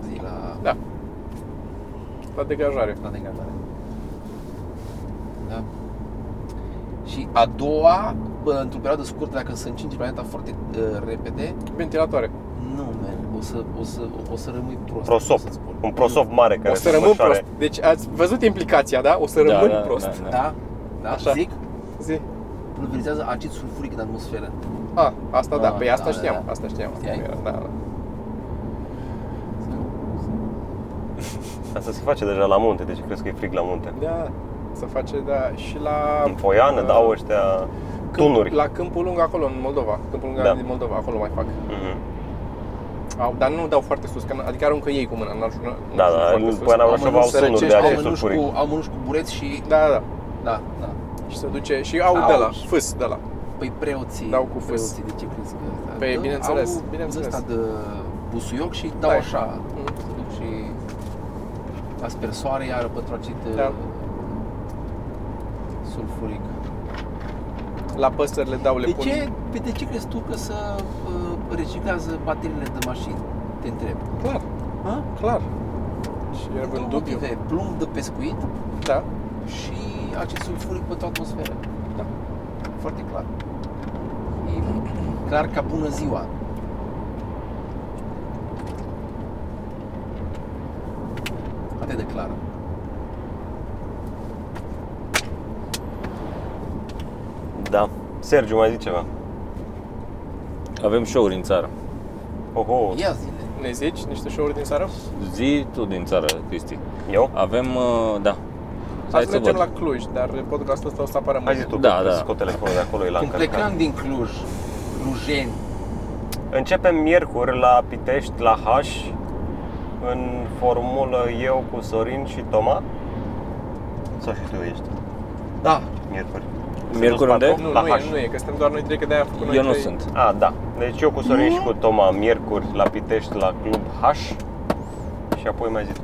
[SPEAKER 1] zi, la,
[SPEAKER 3] Da. La degajare.
[SPEAKER 1] la degajare. Da? Și a doua, bă, într-o perioadă scurtă, dacă se încinge planeta foarte uh, repede,
[SPEAKER 3] Ventilatoare.
[SPEAKER 1] nu, man, o să, o să, o să rămâi prost.
[SPEAKER 2] Prosop.
[SPEAKER 1] o să spun.
[SPEAKER 2] Un prosop mare care
[SPEAKER 3] o să
[SPEAKER 2] se
[SPEAKER 3] rămân
[SPEAKER 2] desfășoare.
[SPEAKER 3] prost. Deci ați văzut implicația, da? O să
[SPEAKER 4] Da,
[SPEAKER 3] rămân
[SPEAKER 4] da,
[SPEAKER 3] prost.
[SPEAKER 4] da, da.
[SPEAKER 1] Da? Da?
[SPEAKER 3] Așa.
[SPEAKER 1] Zic,
[SPEAKER 3] Zi.
[SPEAKER 1] pulverizează acid sulfuric în atmosferă.
[SPEAKER 3] A, asta da,
[SPEAKER 1] Ah,
[SPEAKER 3] păi asta
[SPEAKER 1] da,
[SPEAKER 3] știam,
[SPEAKER 1] da.
[SPEAKER 3] asta știam. Asta
[SPEAKER 1] Știai?
[SPEAKER 3] nu era, da, da.
[SPEAKER 2] Asta se face deja la munte, deci crezi că e frig la munte.
[SPEAKER 3] Da, să face, da, și la...
[SPEAKER 2] În foiană
[SPEAKER 3] uh,
[SPEAKER 2] dau ăștia tunuri.
[SPEAKER 3] La Câmpul Lung acolo, în Moldova. Câmpul Lung
[SPEAKER 2] Da.
[SPEAKER 3] din Moldova, acolo mai fac.
[SPEAKER 2] Mhm.
[SPEAKER 3] Au, dar nu dau foarte sus, că, n- adică aruncă ei cu mâna, n-ar nu- nu
[SPEAKER 2] Da,
[SPEAKER 3] știu
[SPEAKER 2] da,
[SPEAKER 3] foarte
[SPEAKER 2] în
[SPEAKER 3] sus.
[SPEAKER 2] Poiana Brașov au
[SPEAKER 3] Amănunt se
[SPEAKER 2] tunuri de
[SPEAKER 3] răcește,
[SPEAKER 2] acest
[SPEAKER 1] Amănuși
[SPEAKER 2] sulfuric.
[SPEAKER 1] cu, amănuși cu bureți și...
[SPEAKER 3] Da, da,
[SPEAKER 1] Da, da.
[SPEAKER 3] și se duce și au
[SPEAKER 1] Au.
[SPEAKER 3] de la, fâs de la.
[SPEAKER 1] Păi preoții,
[SPEAKER 3] Dau cu fâs.
[SPEAKER 1] preoții de ce crezi că...
[SPEAKER 3] Păi,
[SPEAKER 1] Dă-
[SPEAKER 3] bineînțeles,
[SPEAKER 1] au
[SPEAKER 3] bineînțeles.
[SPEAKER 1] ăsta de busuioc și dau
[SPEAKER 3] Da.
[SPEAKER 1] așa. se duc Și aspersoare iară pătrocit
[SPEAKER 3] Da.
[SPEAKER 1] da. sulfuric.
[SPEAKER 3] La păsări le dau, le
[SPEAKER 1] De
[SPEAKER 3] pun.
[SPEAKER 1] ce, pe de ce crezi tu că să uh, reciclează bateriile de mașini? Te întreb.
[SPEAKER 3] Clar,
[SPEAKER 1] Ha?
[SPEAKER 3] clar. Și era
[SPEAKER 1] Două
[SPEAKER 3] în dubiu.
[SPEAKER 1] motive, plumb de pescuit
[SPEAKER 3] Da,
[SPEAKER 1] și acest sulfuric pentru atmosferă.
[SPEAKER 3] Da.
[SPEAKER 1] Foarte clar. E clar ca bună ziua. Atât de clar.
[SPEAKER 2] Da. Sergiu, mai zice ceva.
[SPEAKER 4] Avem show-uri în țară.
[SPEAKER 2] Oho,
[SPEAKER 1] Ia zile.
[SPEAKER 3] ne zici niște show-uri din seară?
[SPEAKER 4] Zi tu din țară, Cristi.
[SPEAKER 2] eu?
[SPEAKER 4] Avem, uh, da, Hai
[SPEAKER 3] Azi
[SPEAKER 4] să
[SPEAKER 3] mergem
[SPEAKER 4] văd.
[SPEAKER 3] la Cluj, dar podcastul ăsta o să apară
[SPEAKER 2] Hai
[SPEAKER 3] mâine.
[SPEAKER 2] zi tu,
[SPEAKER 4] Da,
[SPEAKER 2] da,
[SPEAKER 4] da.
[SPEAKER 2] da. scot telefonul de acolo, e la
[SPEAKER 1] Când
[SPEAKER 2] încărcat.
[SPEAKER 1] plecam din Cluj, Clujeni,
[SPEAKER 2] Începem miercuri la Pitești, la H, în formulă eu cu Sorin și Toma. Sau și tu ești,
[SPEAKER 1] da,
[SPEAKER 2] miercuri.
[SPEAKER 4] Miercuri unde?
[SPEAKER 2] Patru?
[SPEAKER 3] Nu,
[SPEAKER 2] la
[SPEAKER 3] nu
[SPEAKER 2] H.
[SPEAKER 3] e, nu e, că suntem doar noi trei, că de-aia am făcut noi
[SPEAKER 4] Eu nu
[SPEAKER 3] trei.
[SPEAKER 4] sunt.
[SPEAKER 2] A, da. Deci eu cu Sorin și cu Toma, miercuri, la Pitești, la Club H. Și apoi mai zic.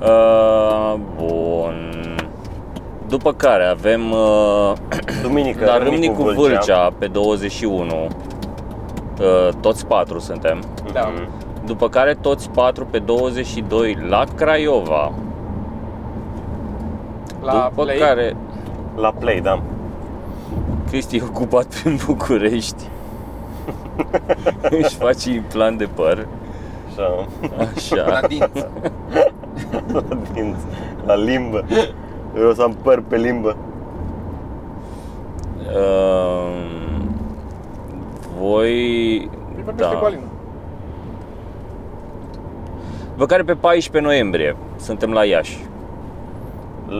[SPEAKER 4] Uh, bun. După care avem uh,
[SPEAKER 2] Duminică,
[SPEAKER 4] la
[SPEAKER 2] Râmnicu,
[SPEAKER 4] Râmnicu Vâlcea pe 21. Uh, toți patru suntem.
[SPEAKER 3] Da.
[SPEAKER 2] Mhm.
[SPEAKER 4] După care toți patru pe 22 la Craiova.
[SPEAKER 3] La
[SPEAKER 4] după
[SPEAKER 3] Play,
[SPEAKER 4] care
[SPEAKER 2] La Play, da.
[SPEAKER 4] Cristi e ocupat prin
[SPEAKER 3] (laughs)
[SPEAKER 4] București. Își face implant de păr.
[SPEAKER 2] Așa,
[SPEAKER 3] Da.
[SPEAKER 4] Așa.
[SPEAKER 1] la dinți.
[SPEAKER 2] (laughs) la dinți, la limbă. Eu o să am păr pe limbă.
[SPEAKER 4] Ehm, voi...
[SPEAKER 3] îi vorbește
[SPEAKER 4] Da.
[SPEAKER 3] cu Alina.
[SPEAKER 4] După care pe 14 noiembrie suntem la Iași,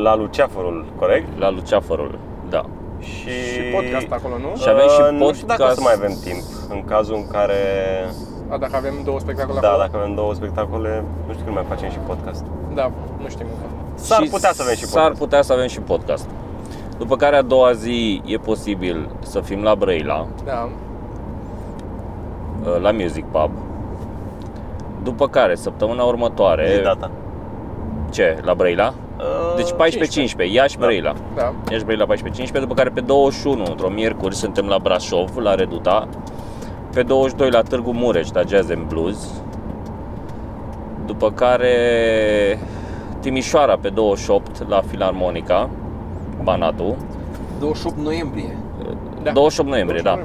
[SPEAKER 2] La Luceafărul, corect?
[SPEAKER 4] la Luceafărul. Da.
[SPEAKER 2] Și,
[SPEAKER 3] Și podcast acolo, nu?
[SPEAKER 4] Și avem și
[SPEAKER 2] Uh, Nu știu dacă o
[SPEAKER 4] podcast.
[SPEAKER 2] să mai avem timp. În cazul în care...
[SPEAKER 4] Da.
[SPEAKER 3] A, dacă avem două spectacole
[SPEAKER 2] Da,
[SPEAKER 3] acolo?
[SPEAKER 2] dacă avem două spectacole, nu știu când mai facem și podcast.
[SPEAKER 3] Da, nu știm încă.
[SPEAKER 2] S-ar
[SPEAKER 4] Și
[SPEAKER 2] putea să avem și
[SPEAKER 4] S-ar
[SPEAKER 2] podcast.
[SPEAKER 4] putea să avem și podcast. După care a doua zi e posibil să fim la Brăila, ă,
[SPEAKER 3] Da,
[SPEAKER 4] la Music Pub. După care, săptămâna următoare...
[SPEAKER 2] Zi data.
[SPEAKER 4] Ce? La Brăila? Deci 14-15, Iași
[SPEAKER 2] Ă, Da.
[SPEAKER 4] Brăila.
[SPEAKER 3] da.
[SPEAKER 4] Iași Brăila 14-15, după care pe 21, într-o miercuri, suntem la Brașov, la Reduta. Pe 22 la Târgu Mureș, la Jazz and Blues. După care Timișoara pe 28 la Filarmonica, Banatu.
[SPEAKER 1] 28 noiembrie.
[SPEAKER 3] Da.
[SPEAKER 4] 28
[SPEAKER 3] 28 noiembrie,
[SPEAKER 4] noiembrie, da.
[SPEAKER 3] da.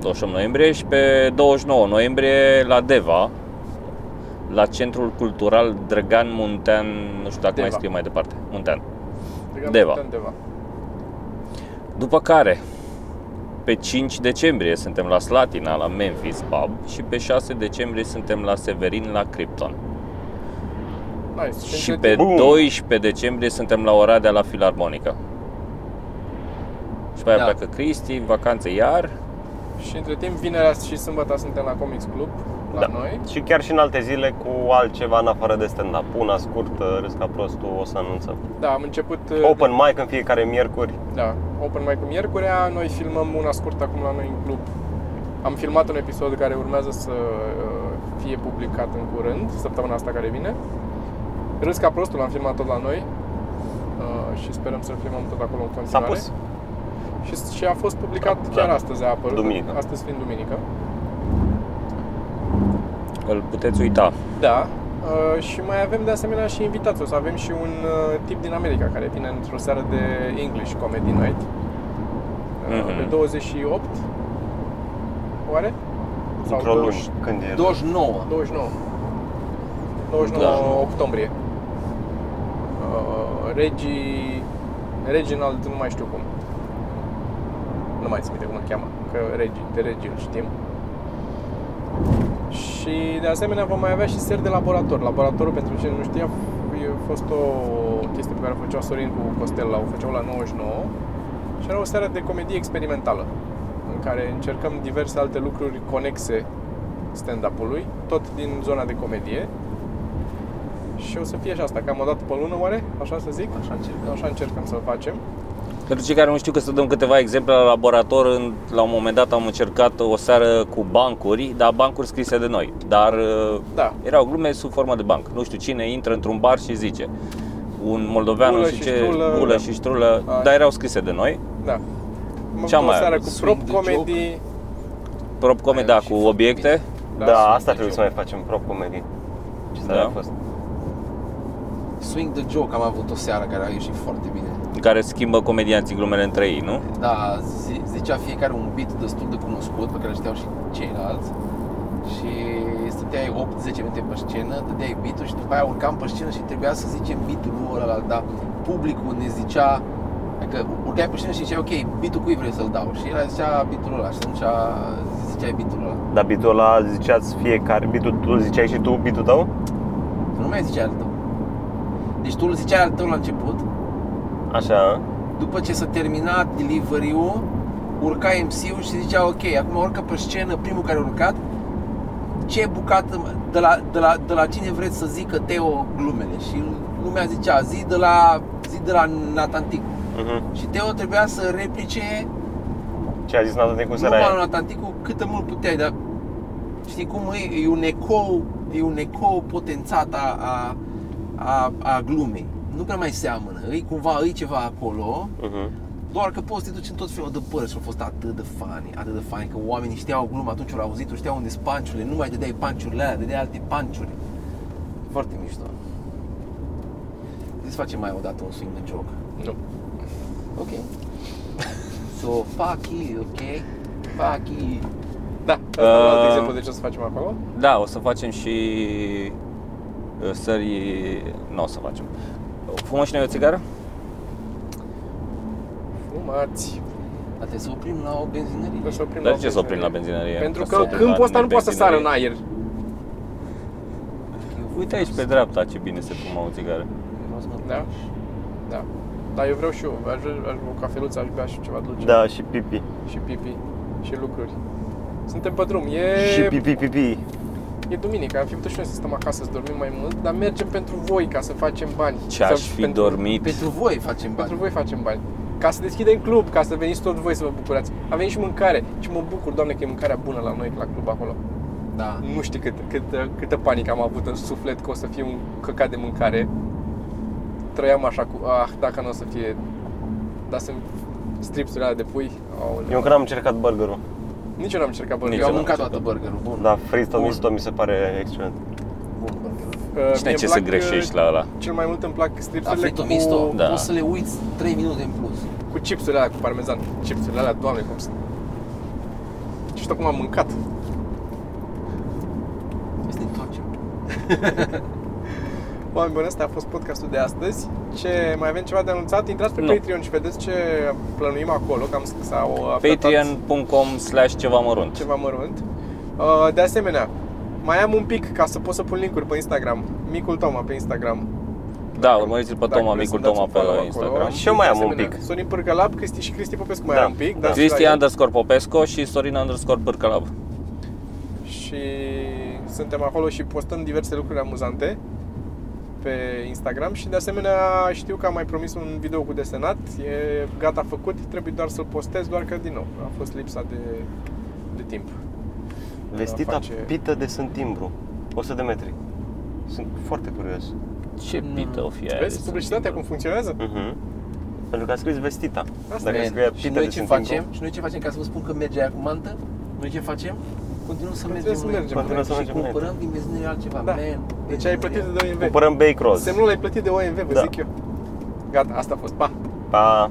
[SPEAKER 4] 28 noiembrie și pe 29 noiembrie la Deva, la Centrul Cultural Drăgan Muntean, nu știu dacă mai
[SPEAKER 3] Deva.
[SPEAKER 4] scrie mai departe, Muntean.
[SPEAKER 3] Cred că
[SPEAKER 4] Deva.
[SPEAKER 3] putem Deva.
[SPEAKER 4] După care, pe 5 decembrie suntem la Slatina, la Memphis Pub și pe 6 decembrie suntem la Severin, la Krypton.
[SPEAKER 3] Nice.
[SPEAKER 4] Și
[SPEAKER 3] între
[SPEAKER 4] pe
[SPEAKER 2] Bun.
[SPEAKER 4] 12 decembrie suntem la Oradea, la Filarmonica. Și pe aia
[SPEAKER 1] Da.
[SPEAKER 4] pleacă Cristi, în vacanțe iar.
[SPEAKER 3] timp- Și între timp, vinerea și sâmbătă suntem la Comics Club, la
[SPEAKER 2] Da.
[SPEAKER 3] noi.
[SPEAKER 2] Și chiar și în alte zile cu altceva în afară de stand-up. Una scurtă, râs ca prostul, o să anunțăm.
[SPEAKER 3] Da, am început... uh,
[SPEAKER 2] Open mic în fiecare miercuri.
[SPEAKER 3] Da, open mic cu miercurea, noi filmăm una scurtă acum la noi în club. Am filmat un episod care urmează să uh, fie publicat în curând, săptămâna asta care vine. Râs ca prostul, l-am filmat tot la noi uh, și sperăm să-l filmăm tot acolo în
[SPEAKER 2] S-a
[SPEAKER 3] continuare.
[SPEAKER 2] pus.
[SPEAKER 3] Și, și a fost publicat
[SPEAKER 2] Da.
[SPEAKER 3] chiar astăzi, a apărut,
[SPEAKER 2] Duminică.
[SPEAKER 3] astăzi fiind duminică.
[SPEAKER 4] Îl puteți uita.
[SPEAKER 3] Da, uh, și mai avem de asemenea și invitați. O să avem și un uh, tip din America care vine într-o seară de English Comedy Night. Uh,
[SPEAKER 4] Mhm.
[SPEAKER 3] Pe 28, oare? Sau
[SPEAKER 2] Într-o lună.
[SPEAKER 3] 20
[SPEAKER 2] Când e?
[SPEAKER 1] 29.
[SPEAKER 3] 29. 29
[SPEAKER 4] Da.
[SPEAKER 3] octombrie. Uh, Regii... Reginald, nu mai știu cum. Nu mai țin minte cum îl cheamă, că Regi, de Regi îl știm. Și de asemenea vom mai avea și seri de laborator. Laboratorul, pentru cine nu știa, a fost o chestie pe care o făcea Sorin cu Costel, o făceau la 99 și era o seară de comedie experimentală în care încercăm diverse alte lucruri conexe stand-up-ului, tot din zona de comedie. Și o să fie și asta, cam o dată pe lună, oare? Așa să zic?
[SPEAKER 1] Așa încercăm.
[SPEAKER 3] Așa încercăm să-l facem.
[SPEAKER 4] Pentru cei care nu știu că să dăm câteva exemple la laborator, în, la un moment dat am încercat o seară cu bancuri, dar bancuri scrise de noi. Dar uh,
[SPEAKER 3] Da.
[SPEAKER 4] erau glume sub formă de banc. Nu știu cine intră într-un bar și zice un moldovean
[SPEAKER 3] Bulă
[SPEAKER 4] nu știu
[SPEAKER 3] și
[SPEAKER 4] ce,
[SPEAKER 3] ștrulă. da.
[SPEAKER 4] bulă și ștrulă,
[SPEAKER 3] Așa.
[SPEAKER 4] dar erau scrise de noi.
[SPEAKER 3] Da. Mă
[SPEAKER 4] Ce-am
[SPEAKER 3] o
[SPEAKER 4] mai
[SPEAKER 3] seară
[SPEAKER 4] avut?
[SPEAKER 3] cu
[SPEAKER 1] Swing
[SPEAKER 3] prop
[SPEAKER 1] the
[SPEAKER 3] comedy.
[SPEAKER 4] Prop comeda
[SPEAKER 1] Aia și
[SPEAKER 4] cu
[SPEAKER 1] foarte
[SPEAKER 4] obiecte.
[SPEAKER 2] Da, asta
[SPEAKER 1] sunt
[SPEAKER 2] trebuie să
[SPEAKER 1] eu.
[SPEAKER 2] mai facem prop comedy. Ce
[SPEAKER 4] Da.
[SPEAKER 2] da. a fost?
[SPEAKER 1] Swing the Joke am avut o seară care a ieșit foarte bine.
[SPEAKER 4] în care schimbă comedianții glumele între ei, nu?
[SPEAKER 1] Da, zi- zicea fiecare un beat destul de cunoscut pe care îl știau și ceilalți și stăteai 8-10 minute pe scenă, dădeai beat și după aia urcam pe scenă și trebuia să zicem beat-ul lui ăla, dar publicul ne zicea Adică urcai pe scenă și ziceai, ok, beat-ul cui vrei să-l dau? Și el zicea beat-ul ăla și atunci a- ziceai beat-ul ăla.
[SPEAKER 2] Dar bitul ăla ziceați fiecare, bitul tu ziceai și tu bitul tău?
[SPEAKER 1] Nu mai zicea al tău. Deci tu îl ziceai al tău la început
[SPEAKER 2] Așa,
[SPEAKER 1] După ce s-a terminat delivery-ul, urca MC-ul și zicea, ok, acum urcă pe scenă primul care a urcat, ce bucată, de la, de la, de la cine vreți să zică Teo glumele? Și lumea zicea, zi de la, zi de la Natantic.
[SPEAKER 2] uh-huh.
[SPEAKER 1] Și Teo trebuia să replice
[SPEAKER 2] Ce a zis Nata Nicu
[SPEAKER 1] nu la
[SPEAKER 2] Săraia?
[SPEAKER 1] Natanticul cât de mult puteai, dar știi cum e, e un ecou, e un ecou potențat a, a, a, a glumei. Nu prea mai seamănă, e cumva, e ceva acolo,
[SPEAKER 2] Uh-huh.
[SPEAKER 1] doar că poți să te duci în tot felul de părți și au fost atât de fani, atât de fani, că oamenii știau gluma, atunci au auzit, știau unde sunt panciurile, nu mai dădeai panciurile alea, dădeai alte panciuri. Foarte mișto. Deci facem mai o dată un swing de joc.
[SPEAKER 3] Nu.
[SPEAKER 1] Ok. (laughs) So, fuck you, ok? Fuck you.
[SPEAKER 3] Da, asta e un alt
[SPEAKER 4] Uh,
[SPEAKER 3] exemplu de ce o să facem acolo.
[SPEAKER 4] Da, o să facem și uh, sări... Nu o să facem. Fumăm și noi o țigară?
[SPEAKER 3] Fumați.
[SPEAKER 1] Dar trebuie să oprim la o benzinărie.
[SPEAKER 3] Trebuie să oprim
[SPEAKER 4] Dar
[SPEAKER 3] la
[SPEAKER 4] de ce să oprim la benzinărie?
[SPEAKER 3] Pentru
[SPEAKER 4] să
[SPEAKER 3] că
[SPEAKER 4] oprim la
[SPEAKER 3] câmpul ăsta nu poate să sară în
[SPEAKER 4] benzinărie?
[SPEAKER 3] aer.
[SPEAKER 4] Uite aici pe dreapta ce bine se fumă o țigară.
[SPEAKER 1] Vreau să mă
[SPEAKER 3] Da.
[SPEAKER 1] duc.
[SPEAKER 3] Da. Dar eu vreau și eu, aș vrea, aș vrea o cafeluță, aș bea și ceva dulce.
[SPEAKER 2] Da, și pipi.
[SPEAKER 3] Și pipi. Și lucruri. Suntem pe drum. E,
[SPEAKER 2] Și pipi, pipi.
[SPEAKER 3] e duminică, am fi putut și noi să stăm acasă, să dormim mai mult, dar mergem pentru voi ca să facem bani.
[SPEAKER 4] Ce
[SPEAKER 3] Să-
[SPEAKER 4] aș fi
[SPEAKER 3] pentru,
[SPEAKER 4] dormit?
[SPEAKER 1] Pentru voi facem bani.
[SPEAKER 3] Pentru voi facem bani. Ca să deschidem club, ca să veniți tot voi să vă bucurați. A venit și mâncare și mă bucur, doamne, că e mâncarea bună la noi, la club acolo.
[SPEAKER 1] Da.
[SPEAKER 3] Nu știi cât, cât, câtă panică am avut în suflet că o să fie un căcat de mâncare. Trăiam așa cu, ah, dacă nu o să fie, dar sunt stripsurile alea de
[SPEAKER 2] Eu
[SPEAKER 3] pui. Aoleu.
[SPEAKER 2] încă n-am încercat burgerul,
[SPEAKER 3] Nici eu n-am încercat bă,
[SPEAKER 2] Nici
[SPEAKER 1] Eu
[SPEAKER 3] eu
[SPEAKER 1] am
[SPEAKER 3] am
[SPEAKER 1] mâncat toată burgerul, bun.
[SPEAKER 2] dar frito misto mi se pare excelent.
[SPEAKER 1] Bun burgerul.
[SPEAKER 3] Uh,
[SPEAKER 4] Cine
[SPEAKER 3] mie
[SPEAKER 4] ce
[SPEAKER 3] îmi
[SPEAKER 4] să
[SPEAKER 3] plac,
[SPEAKER 4] greșești
[SPEAKER 3] uh,
[SPEAKER 4] la ăla?
[SPEAKER 3] Cel mai mult îmi plac
[SPEAKER 1] Da,
[SPEAKER 3] stripsurile
[SPEAKER 1] frito misto,
[SPEAKER 3] cu,
[SPEAKER 4] da.
[SPEAKER 1] poți să le uiți 3 minute în plus.
[SPEAKER 3] cu chipsurile alea, cu parmezan. Chipsurile alea, doamne, cum sunt. Și știu cum am mâncat.
[SPEAKER 1] Este întoarcem.
[SPEAKER 3] Oameni buni, asta a fost podcastul de astăzi. Ce mai avem ceva de anunțat? Intrați pe
[SPEAKER 4] Nu.
[SPEAKER 3] Patreon și vedeți ce plănuim acolo, cam s-au aflat
[SPEAKER 4] Patreon.com slash ceva mărunt.
[SPEAKER 3] ceva mărunt. Uh, De asemenea, mai am un pic ca să pot să pun linkuri pe Instagram. Micul Toma pe Instagram.
[SPEAKER 4] Da, urmăriți-l pe
[SPEAKER 3] Dacă
[SPEAKER 4] Toma,
[SPEAKER 3] vreți să
[SPEAKER 4] micul
[SPEAKER 3] dați
[SPEAKER 4] Toma
[SPEAKER 3] un
[SPEAKER 4] pe
[SPEAKER 3] follow acolo.
[SPEAKER 4] Instagram.
[SPEAKER 2] Și eu mai
[SPEAKER 3] de
[SPEAKER 2] am un
[SPEAKER 3] asemenea,
[SPEAKER 2] pic.
[SPEAKER 3] Sorin Pârcălap, Cristi și Cristi Popescu mai
[SPEAKER 2] Da,
[SPEAKER 3] are un pic.
[SPEAKER 2] da.
[SPEAKER 3] dați
[SPEAKER 4] Cristi
[SPEAKER 3] like.
[SPEAKER 4] underscore Popesco și Sorin underscore Pârcălab.
[SPEAKER 3] și suntem acolo și postăm diverse lucruri amuzante pe Instagram și de asemenea știu că am mai promis un video cu desenat, e gata făcut, trebuie doar să-l postez, doar că din nou a fost lipsa de, de timp.
[SPEAKER 2] Vestita
[SPEAKER 3] face-
[SPEAKER 2] pită de sunt timbru, 100 de metri. Sunt foarte curios.
[SPEAKER 4] Ce pită o fi aia de
[SPEAKER 3] Vezi
[SPEAKER 4] sunt
[SPEAKER 3] publicitatea cum
[SPEAKER 4] timpul.
[SPEAKER 3] funcționează?
[SPEAKER 2] Mhm. Pentru că a scris vestita.
[SPEAKER 3] Asta
[SPEAKER 2] Dacă
[SPEAKER 3] e.
[SPEAKER 2] scrie
[SPEAKER 1] Și
[SPEAKER 2] pită
[SPEAKER 1] noi
[SPEAKER 2] de
[SPEAKER 1] ce
[SPEAKER 2] sunt
[SPEAKER 1] facem?
[SPEAKER 2] timbru,
[SPEAKER 1] Și noi ce facem ca să vă spun că merge aia cu mantă? Noi ce facem? Continuăm să mergem.
[SPEAKER 3] să
[SPEAKER 1] noi.
[SPEAKER 3] mergem.
[SPEAKER 2] Continuăm să
[SPEAKER 1] Și
[SPEAKER 2] mergem înainte.
[SPEAKER 1] cumpărăm din benzinărie altceva.
[SPEAKER 3] Da.
[SPEAKER 1] Man,
[SPEAKER 3] Deci ai plătit de OMV.
[SPEAKER 2] Cumpărăm Bake Rolls.
[SPEAKER 3] Semnul ai plătit de OMV, vă
[SPEAKER 2] Da.
[SPEAKER 3] zic eu. Gata, asta a fost. Pa!
[SPEAKER 2] Pa!